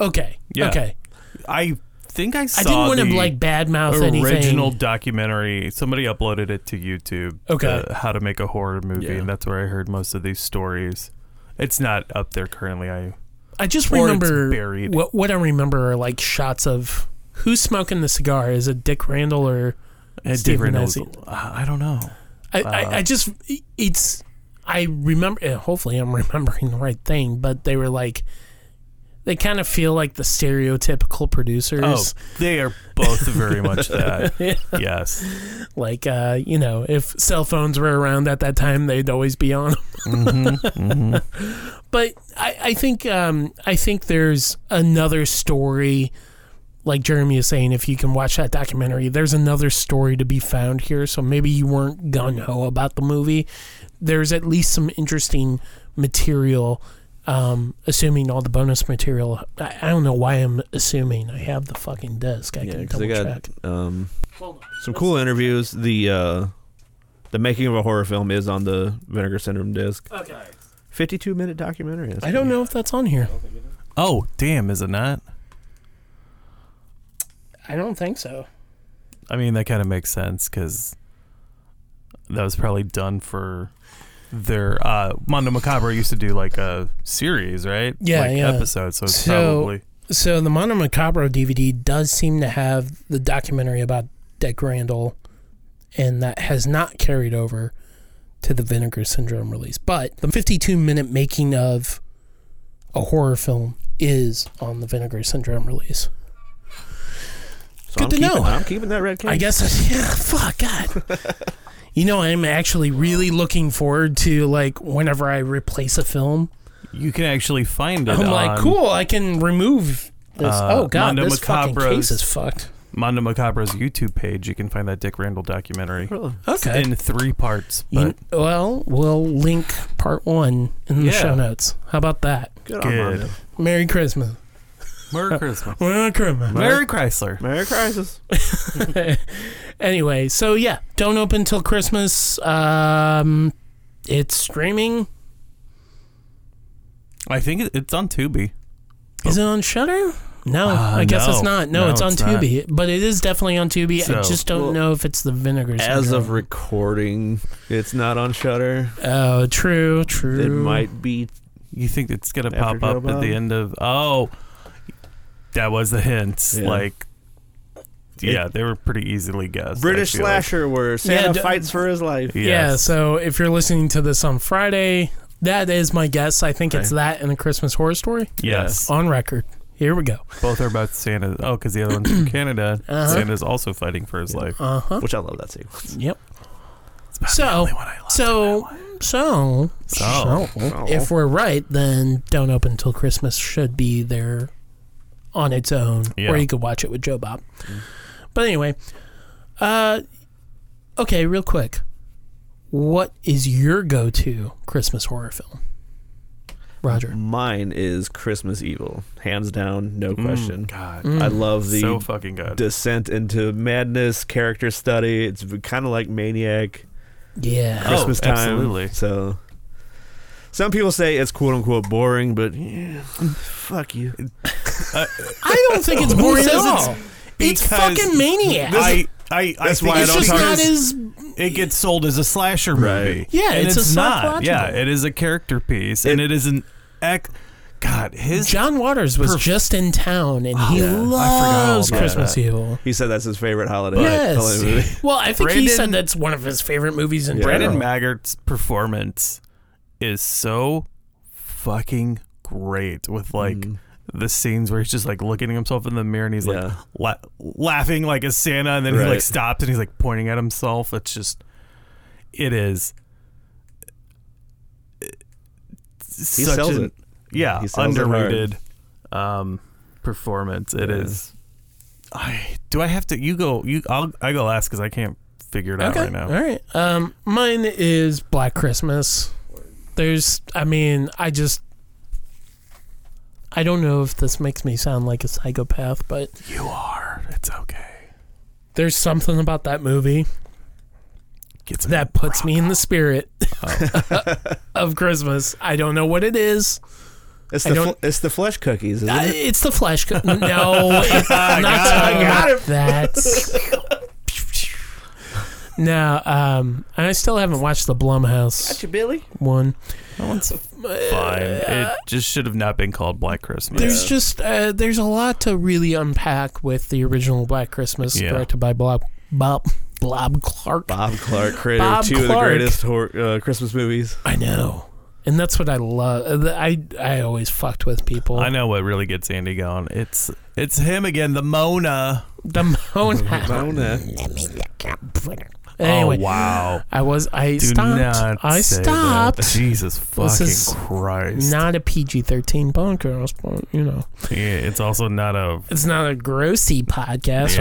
C: Okay.
D: Yeah.
C: Okay.
D: I think I saw.
C: I didn't want to
D: the
C: like badmouth anything.
D: Original documentary. Somebody uploaded it to YouTube.
C: Okay.
D: uh, how to make a horror movie,
C: Yeah.
D: and that's where I heard most of these stories. It's not up there currently. I
C: I just
D: or it's
C: remember
D: buried.
C: what what I remember are like shots of who's smoking the cigar. Is it Dick Randall or
D: Uh, Dick
C: Stephen
D: Randall's-
C: Isaac?
D: I I don't know.
C: I, I, I just it's I remember eh, hopefully I'm <laughs> remembering the right thing, but they were like they kind of feel like the stereotypical
D: Oh,
C: producers.
D: they are both
C: <laughs>
D: very much that.
C: Yeah.
D: Yes.
C: Like uh, you know, if cell phones were around at that time, they'd always be on 'em. <laughs> But I, I think um, I think there's another story, like Jeremy is saying, if you can watch that documentary, there's another story to be found here. So maybe you weren't gun ho about the movie. There's at least some interesting material, um, assuming all the bonus material. I, I don't know why I'm assuming. I have the fucking disc. I can
B: because
C: double
B: they
C: check.
B: got um, some cool interviews. The uh, the making of a horror film is on the Vinegar Syndrome disc.
C: Okay.
B: 52 minute documentary. That's
C: I don't know if that's on here.
D: Oh, damn, is it not?
C: I don't think so.
D: I mean, that kind of makes sense because that was probably done for their uh Mondo Macabre used to do like a series, right?
C: Yeah,
D: like
C: yeah.
D: episodes. So, it's probably
C: So the Mono Macabro DVD does seem to have the documentary about Dick Randall, and that has not carried over to the Vinegar Syndrome release. But the 52 minute making of a horror film is on the Vinegar Syndrome release.
B: So
C: Good
B: I'm
C: to
B: keeping-
C: know.
B: I'm keeping that red case.
C: I guess. <laughs> Yeah. Fuck. God. you know, I'm actually really looking forward to like whenever I replace a film.
D: you can actually find it.
C: I'm like,
D: on,
C: cool. I can remove this.
D: uh,
C: oh god,
D: Mondo
C: this fucking case
D: Macabro's-
C: is fucked.
D: Mondo Macabro's YouTube page. You can find that Dick Randall documentary.
C: Really?
D: It's
C: Okay.
D: in three parts.
C: You-
D: But
C: well, we'll link part one in the
D: Yeah.
C: show notes. How about that?
D: on Good. Mondo.
C: Merry Christmas.
D: Merry Christmas.
C: Merry Christmas.
D: <laughs> Merry Chrysler.
B: Merry Chrysler.
C: <laughs> anyway, so yeah, don't open till Christmas. Um, it's streaming.
D: I think it- it's on Tubi.
C: Is it on Shutter? No,
D: Uh,
C: I guess it's
D: no.
C: not. No,
D: No,
C: it's on
D: it's not.
C: Tubi, but it is definitely on Tubi. I
B: So-
C: just don't
B: Well,
C: know if it's the vinegar.
B: As
C: syndrome.
B: of recording, it's not on Shutter.
C: oh, true, true.
B: It might be.
D: You think it's gonna
B: After
D: pop up
B: Joe
D: at the
B: Bob.
D: end of? Oh, that was the hint.
B: Yeah.
D: Like, yeah, they were pretty easily guessed. I
B: British
D: feel like.
B: slasher where Santa
C: d-
B: fights for his life.
C: Yeah, so if you're listening to this on Friday, that is my guess. I think it's
D: Okay.
C: that and a Christmas horror story.
D: Yes.
C: On record. Here we go.
D: Both are about Santa. Oh, because the other
C: <clears throat>
D: one's from Canada.
C: Uh-huh.
D: Santa's also fighting for his life.
C: Uh-huh.
B: Which I love that sequence.
C: Yep. So, so, So,
D: So.
C: so, if we're right, then Don't Open Till Christmas should be there on its own,
D: Yeah. Mm.
C: or you could watch it with Joe Bob. But anyway, uh, okay, real quick, what is your go-to Christmas horror film? Roger.
B: Mine is Christmas Evil, hands down, no question. God,
D: Mm.
B: I love the
D: So fucking good.
B: descent into madness character study. It's kind of like Maniac.
C: Yeah. Oh,
B: Christmas time.
D: absolutely.
B: So, some people say it's quote unquote boring, but yeah, fuck you.
C: I don't think it's
D: Who
C: boring at
D: says it's-
C: all. It's
D: Because
C: fucking maniac.
D: I, I, I
B: That's
D: think
B: why I
D: it's
B: don't
D: just
B: talk-
D: not
C: as-
D: it gets sold as a slasher movie.
C: Yeah,
D: And
C: it's a
D: not.
C: psychological.
D: Yeah, it is a character piece, and it is an ec- God, his
C: John Waters was
D: Perf- Oh,
C: just in town, and he
D: Yeah, I forgot all
C: loves
D: about
C: Christmas
D: that.
C: Evil.
B: He said that's his favorite holiday.
C: Yes.
B: holiday movie.
C: Well, I think he
D: Brandon-
C: said that's one of his favorite movies in
D: Brandon
C: general.
D: Maggart's performance is so fucking great with like the scenes where he's just like looking at himself in the mirror and he's like la- laughing like a Santa and then he like
B: Right.
D: stops and he's like pointing at himself. It's just, it is.
B: He sells it.
D: Yeah,
B: He sells it hard.
D: underrated um, performance. It
B: Yeah.
D: is. I do I have to? You go. You. I'll. I go last because I can't figure it out
C: Okay.
D: right now.
C: All right. Um, mine is Black Christmas. There's, I mean, I just, I don't know if this makes me sound like a psychopath, but
D: You are. It's okay.
C: there's something about that movie
D: <laughs>
C: that puts me in the spirit
D: Oh.
C: <laughs> of Christmas. I don't know what it is.
B: It's
C: I
B: the
C: don't-
B: fl- it's the flesh cookies, isn't
C: Uh,
B: it?
C: it's the flash. Co- no,
D: <laughs>
C: it's <laughs>
B: I
C: not
B: got
C: talking
B: him. Got
C: about
B: him.
C: that. <laughs> no, um, and I still haven't watched the Blumhouse.
B: Gotcha, Billy.
C: One.
D: Fine. it just should have not been called Black Christmas.
C: There's just uh, there's a lot to really unpack with the original Black Christmas,
D: Yeah.
C: directed by Bob Bob Bob Clark.
B: Bob Clark, creator
C: Bob
B: of two of the
C: Clark.
B: greatest hor- uh, Christmas movies.
C: I know, and that's what I love. Uh, I I always fucked with people.
D: I know what really gets Andy going. It's it's him again, the Mona.
C: The
D: <laughs>
C: Mona.
B: Mona.
C: Anyway,
D: oh wow.
C: I was I
D: Do
C: stopped.
D: not
C: I
D: say that.
C: stopped.
D: Jesus
C: This
D: fucking
C: is
D: Christ.
C: Not a PG thirteen podcast, but you know,
D: yeah, it's also not a
C: it's not a grossy podcast.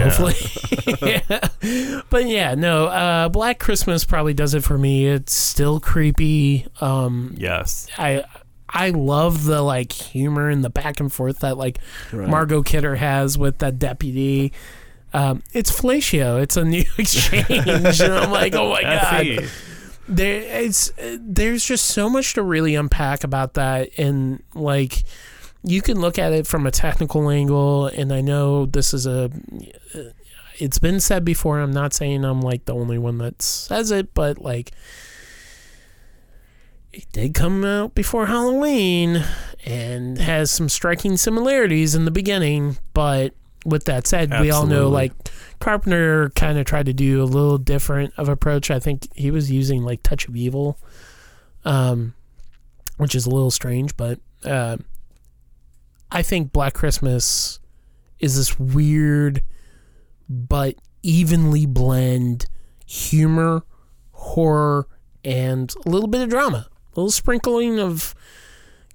D: Yeah.
C: Hopefully, Yeah. but yeah, no. Uh, Black Christmas probably does it for me. It's still creepy. Um,
D: yes.
C: I I love the like humor and the back and forth that like
D: Right.
C: Margot Kidder has with that deputy. Um, it's fellatio. It's a new <laughs> exchange, and I'm like, oh my
D: Effie.
C: god. There, it's uh, there's just so much to really unpack about that, and like you can look at it from a technical angle. And I know this is a, it's been said before. I'm not saying I'm like the only one that says it, but like it did come out before Halloween and has some striking similarities in the beginning. But with that said, we all know
D: Absolutely.
C: like Carpenter kind of tried to do a little different of approach. I think he was using like Touch of Evil, um, which is a little strange, but uh, I think Black Christmas is this weird but evenly blend humor, horror, and a little bit of drama. A little sprinkling of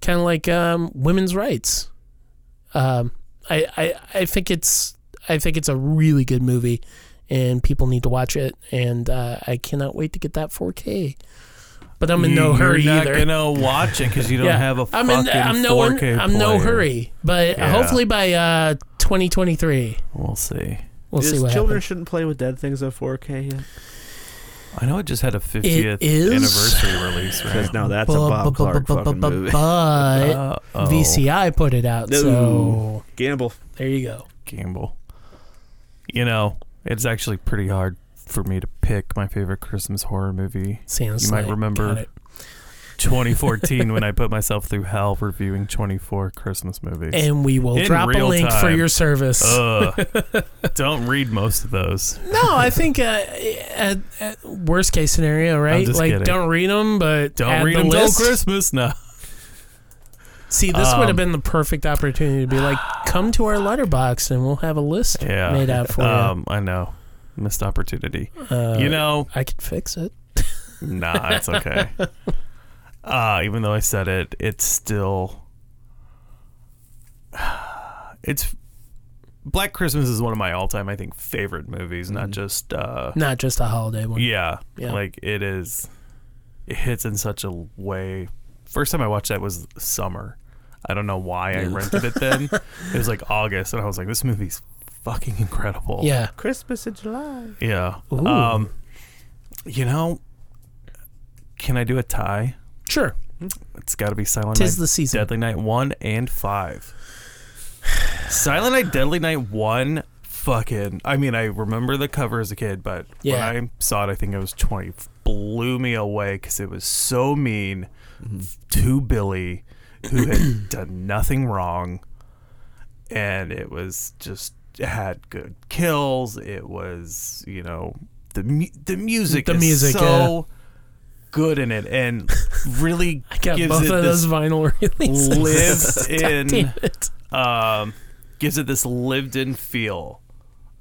C: kind of like um, women's rights. Um, I, I I think it's I think it's a really good movie, and people need to watch it. And uh, I cannot wait to get that 4K. But I'm in no
D: Mm, You're
C: hurry
D: not
C: either.
D: gonna watch it because you don't have a
C: I'm
D: fucking
C: in, I'm no
D: 4K
C: I'm no
D: player.
C: hurry, but
D: Yeah.
C: hopefully by uh, 2023
D: We'll see.
C: we'll
B: Is
C: see what
B: children
C: happens.
B: shouldn't play with dead things on 4K yet.
D: I know it just had a 50th
C: is-
D: anniversary release, right?
B: Because now that's a Bob Clark fucking movie.
C: But
D: Uh-oh. oh.
C: VCI put it out, so
B: No. Gamble.
C: there you go.
D: Gamble. You know, it's actually pretty hard for me to pick my favorite Christmas horror movie.
C: Santa's
D: you might
C: Sleigh. Got
D: remember
C: it.
D: 2014 when I put myself through hell reviewing 24 Christmas movies.
C: And we will
D: In
C: drop a
D: real
C: link for
D: time. Uh.
C: your service. <laughs>
D: Ugh. don't read most of those.
C: no, I think uh, at, at worst case scenario, right?
D: just
C: like
D: kidding.
C: don't read them, but
D: Don't
C: add
D: read
C: the
D: them till
C: list.
D: Christmas. No.
C: See, this would
D: Um,
C: have been the perfect opportunity to be like, come to our letterbox and we'll have a list
D: Yeah.
C: made out for you.
D: um, I know. Missed opportunity.
C: Uh,
D: you know,
C: I could fix it.
D: nah,
C: <laughs>
D: it's okay. Uh, even though I said it, it's still. <sighs> It's. Black Christmas is one of my all time, I think, favorite movies, not just. Uh,
C: Not just a holiday one.
D: Yeah,
C: Mm-hmm. Yeah.
D: Like it is. It hits in such a way. First time I watched that was summer. I don't know why I
C: Yeah.
D: rented it
C: <laughs>
D: then. it was like August, and I was like, this movie's fucking incredible.
C: Yeah.
B: Christmas in July.
D: Yeah.
C: Ooh.
D: Um, you know, can I do a tie?
C: Sure.
D: It's got to be Silent
C: Tis
D: Night,
C: the season.
D: Deadly Night one and five. Silent Night, Deadly Night one. Fucking, I mean, I remember the cover as a kid, but
C: Yeah.
D: when I saw it, I think I was twenty. Blew me away because it was so mean
C: Mm-hmm.
D: to Billy,
C: <clears throat>
D: who had done nothing wrong, and it was just it had good kills. It was, you know, the mu- the music,
C: The
D: is
C: music,
D: so good in it, and really
C: <laughs> I got
D: gives
C: both
D: it
C: of
D: this
C: those vinyl <laughs> releases. <laughs>
D: lived
C: God
D: in
C: damn it.
D: um gives it this lived in feel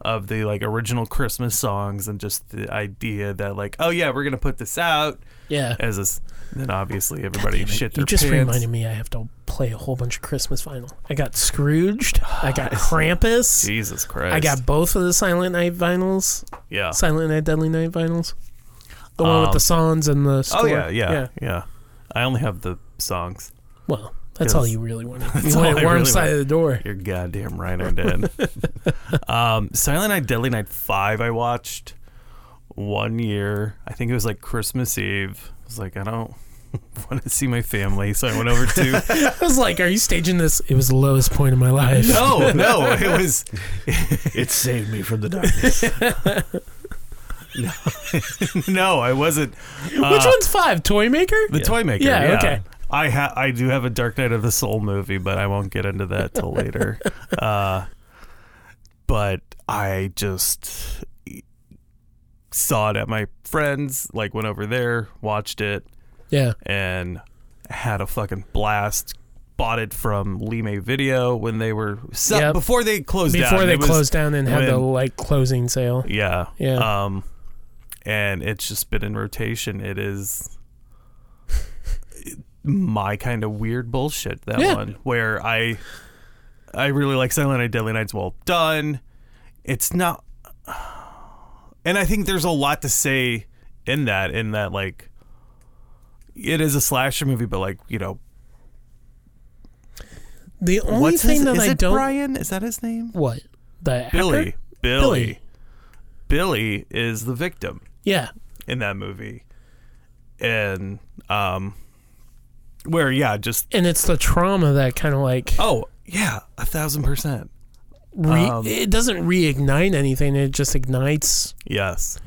D: of the like original Christmas songs and just the idea that like oh yeah we're gonna put this out
C: Yeah.
D: as this then obviously everybody shit their
C: You just
D: pants.
C: reminded me I have to play a whole bunch of Christmas vinyl. I got Scrooged. I
D: <sighs>
C: got Krampus.
D: Jesus Christ
C: I got both of the Silent Night vinyls.
D: Yeah.
C: Silent Night, Deadly Night vinyls. The one with
D: Um,
C: the songs and the score.
D: oh yeah, yeah yeah I only have the songs
C: Well, that's all
D: 'Cause-
C: you really wanted.
D: <laughs> that's
C: You
D: all
C: wanted
D: I
C: Warm
D: really
C: Side of the Door.
D: You're goddamn right,
C: <laughs>
D: I did. um, Silent Night, Deadly Night 5, I watched one year. I think it was like Christmas Eve. I was like, I don't <laughs> want to see my family. So I went
C: <laughs>
D: over to.
C: I was like, are you staging this? It was the lowest point of my
D: <laughs>
C: life. <laughs>
D: no, Oh, no, it was.
B: it saved me from the darkness.
D: no, I wasn't.
C: Which
D: uh,
C: one's five? Toy Maker?
D: The Toy Maker.
C: Yeah,
D: Yeah.
C: okay.
D: I ha- I do have a Dark Knight of the Soul movie, but I won't get into that
C: <laughs>
D: till later. Uh, but I just saw it at my friends, like went over there, watched it.
C: Yeah.
D: And had a fucking blast. Bought it from Lime Video when they were so,
C: Yep.
D: before they closed down.
C: Before they
D: It was
C: closed down and had the
D: when-
C: like closing sale.
D: yeah.
C: Yeah.
D: Um, and it's just been in rotation. It is my kind of weird bullshit. That
C: Yeah.
D: one where I, I really like Silent Night, Deadly Night's well done. It's not, and I think there's a lot to say in that. In that, like, it is a slasher movie, but like you know,
C: The only
D: what's
C: thing
D: his,
C: that
D: is
C: I
D: it
C: don't
D: Brian? Is that his name?
C: what the
D: Billy.
C: hacker?
D: Billy. Billy is the victim
C: Yeah.
D: in that movie. And um where yeah, just
C: And it's the trauma that kind of like
D: oh yeah, a thousand percent.
C: re-
D: Um,
C: it doesn't reignite anything. It just
D: <laughs>
C: ignites.
D: Yes.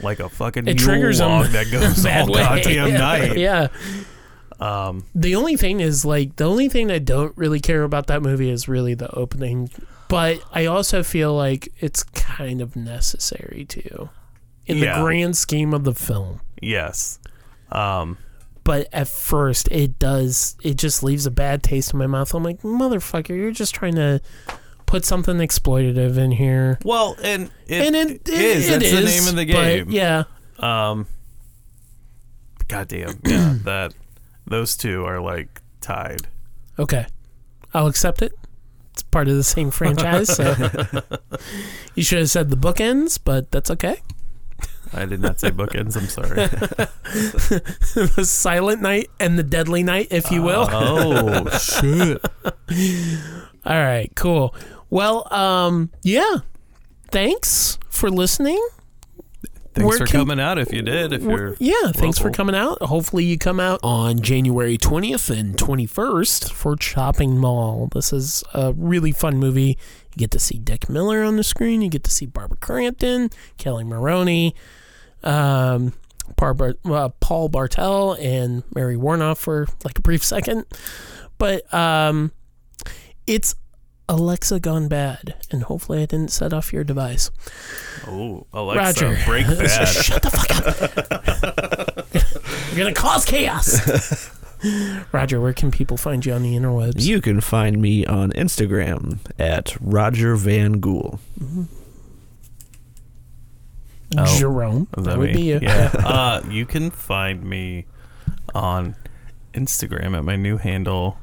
D: Like a fucking
C: It
D: Yule
C: triggers 'em
D: log that
C: <laughs>
D: goes
C: that
D: all
C: way.
D: goddamn night.
C: Yeah.
D: Um
C: The only thing is like the only thing I don't really care about that movie is really the opening, but I also feel like it's kind of necessary too, in
D: Yeah.
C: the grand scheme of the film.
D: yes. Um
C: But at first, it does. It just leaves a bad taste in my mouth. I'm like, motherfucker, you're just trying to put something exploitative in here.
D: well and it,
C: and it, it
D: is
C: it
D: that's the
C: is,
D: name of the
C: but
D: game.
C: yeah,
D: Um goddamn, <coughs> yeah, that those two are like tied.
C: Okay. I'll accept it. It's part of the
D: <laughs>
C: same franchise, so you should have said the bookends, but that's okay. <laughs>
D: I did not say bookends, I'm sorry.
C: the Silent Night and the Deadly Night, if you will.
D: Oh shit.
C: <laughs> All right, cool. Well, um, yeah. Thanks for listening.
D: Thanks
C: Where
D: for
C: can-
D: coming out if you did. If you're
C: Yeah, thanks for
D: local.
C: coming out. Hopefully you come out on January 20th and 21st for Chopping Mall. This is a really fun movie. You get to see Dick Miller on the screen. You get to see Barbara Crampton, Kelly Maroney, um, Par- uh, Paul Bartel, and Mary Warnoff for like a brief second. But um, it's Alexa gone bad, and hopefully I didn't set off your device.
D: Oh, Alexa,
C: Roger. <laughs>
D: break that.
C: Shut the fuck
D: <laughs>
C: up. You're going to cause chaos. <laughs> Roger, where can people find you on the interwebs?
B: You can find me on Instagram at Roger Van Gool.
D: Oh,
C: Jerome.
D: is
C: That, would
D: me?
C: be you. <laughs>
D: Yeah. uh, you can find me on Instagram at my new
C: <laughs>
D: handle.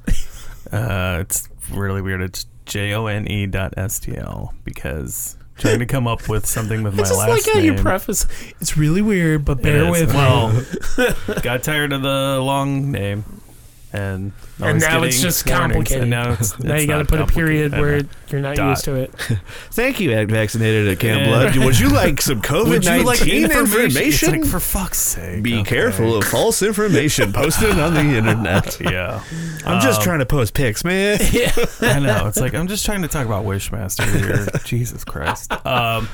D: Uh, it's really weird. It's J O N E dot S T L because trying to come up with something with my
C: <laughs> I just
D: last
C: like how you
D: name.
C: preface. It's really weird, but
D: It
C: bear
D: is.
C: with me. <laughs>
D: Well, got tired of the long name, and
C: And
D: always
C: now it's
D: getting
C: just
D: warnings,
C: complicated.
D: And now it's,
C: <laughs> Now
D: it's
C: you gotta
D: not
C: put a period
D: complicated.
C: where you're not used to it.
B: Thank you, Act Vaccinated at Camp
D: Yeah.
B: Blood. <laughs> Would you like some COVID
D: Would you
B: nineteen
D: like
B: information?
D: information? It's like, for fuck's sake.
B: Be careful of false information posted on the internet.
D: Yeah.
B: I'm just
D: Um,
B: trying to post pics,
D: <laughs>
B: man.
C: Yeah.
D: I know. It's like I'm just trying to talk about Wishmaster
C: <laughs>
D: here. Jesus Christ. Um,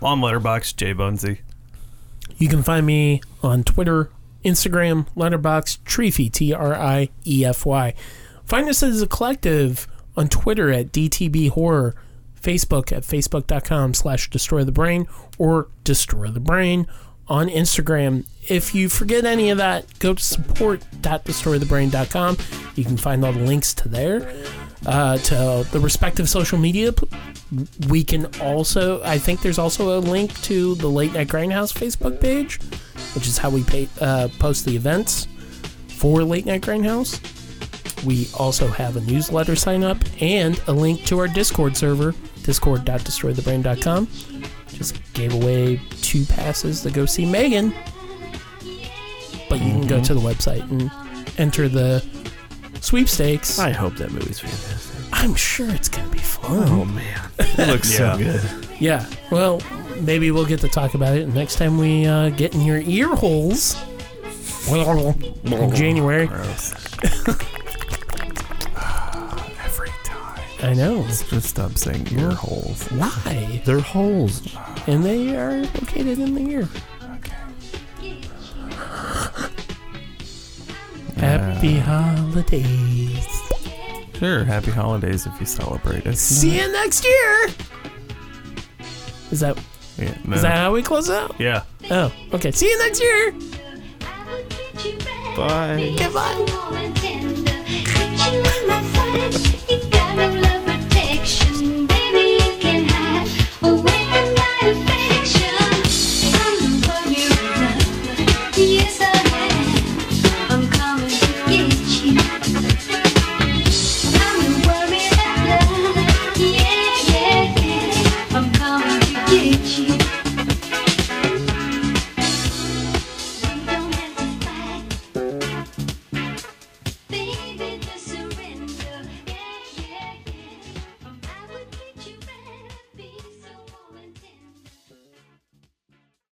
D: on Letterbox, Jay Bunsey.
C: You can find me on Twitter, Instagram, Letterbox, Treefy, T R I E F Y. Find us as a collective on Twitter at DTB Horror, Facebook at facebook.com slash destroy the brain or destroy the brain on Instagram. If you forget any of that, go to support.destroythebrain.com. You can find all the links to there, uh, to the respective social media pl- we can also i think there's also a link to the late night grindhouse facebook page which is how we pay, uh, post the events for late night grindhouse we also have a newsletter sign up and a link to our discord server discord.destroythebrain.com just gave away two passes to go see megan but you can go
B: Mhm.
C: to the website and enter the sweepstakes
B: I hope that movie's fantastic.
C: i'm sure it's gonna be fun
B: Oh man, it looks
D: Yeah.
B: so good.
C: yeah. Well, maybe we'll get to talk about it next time we uh, get in your ear holes. in January.
D: <sighs> Every time.
C: I know.
D: Just stop saying ear holes.
C: Why?
B: They're holes.
C: And they are located in the ear. Happy holidays.
D: Sure. Happy holidays if you celebrate it.
C: See you next year. Is that
D: Yeah, no.
C: is that how we close out?
D: Yeah.
C: Oh, okay. See you next year.
B: Bye.
C: Goodbye.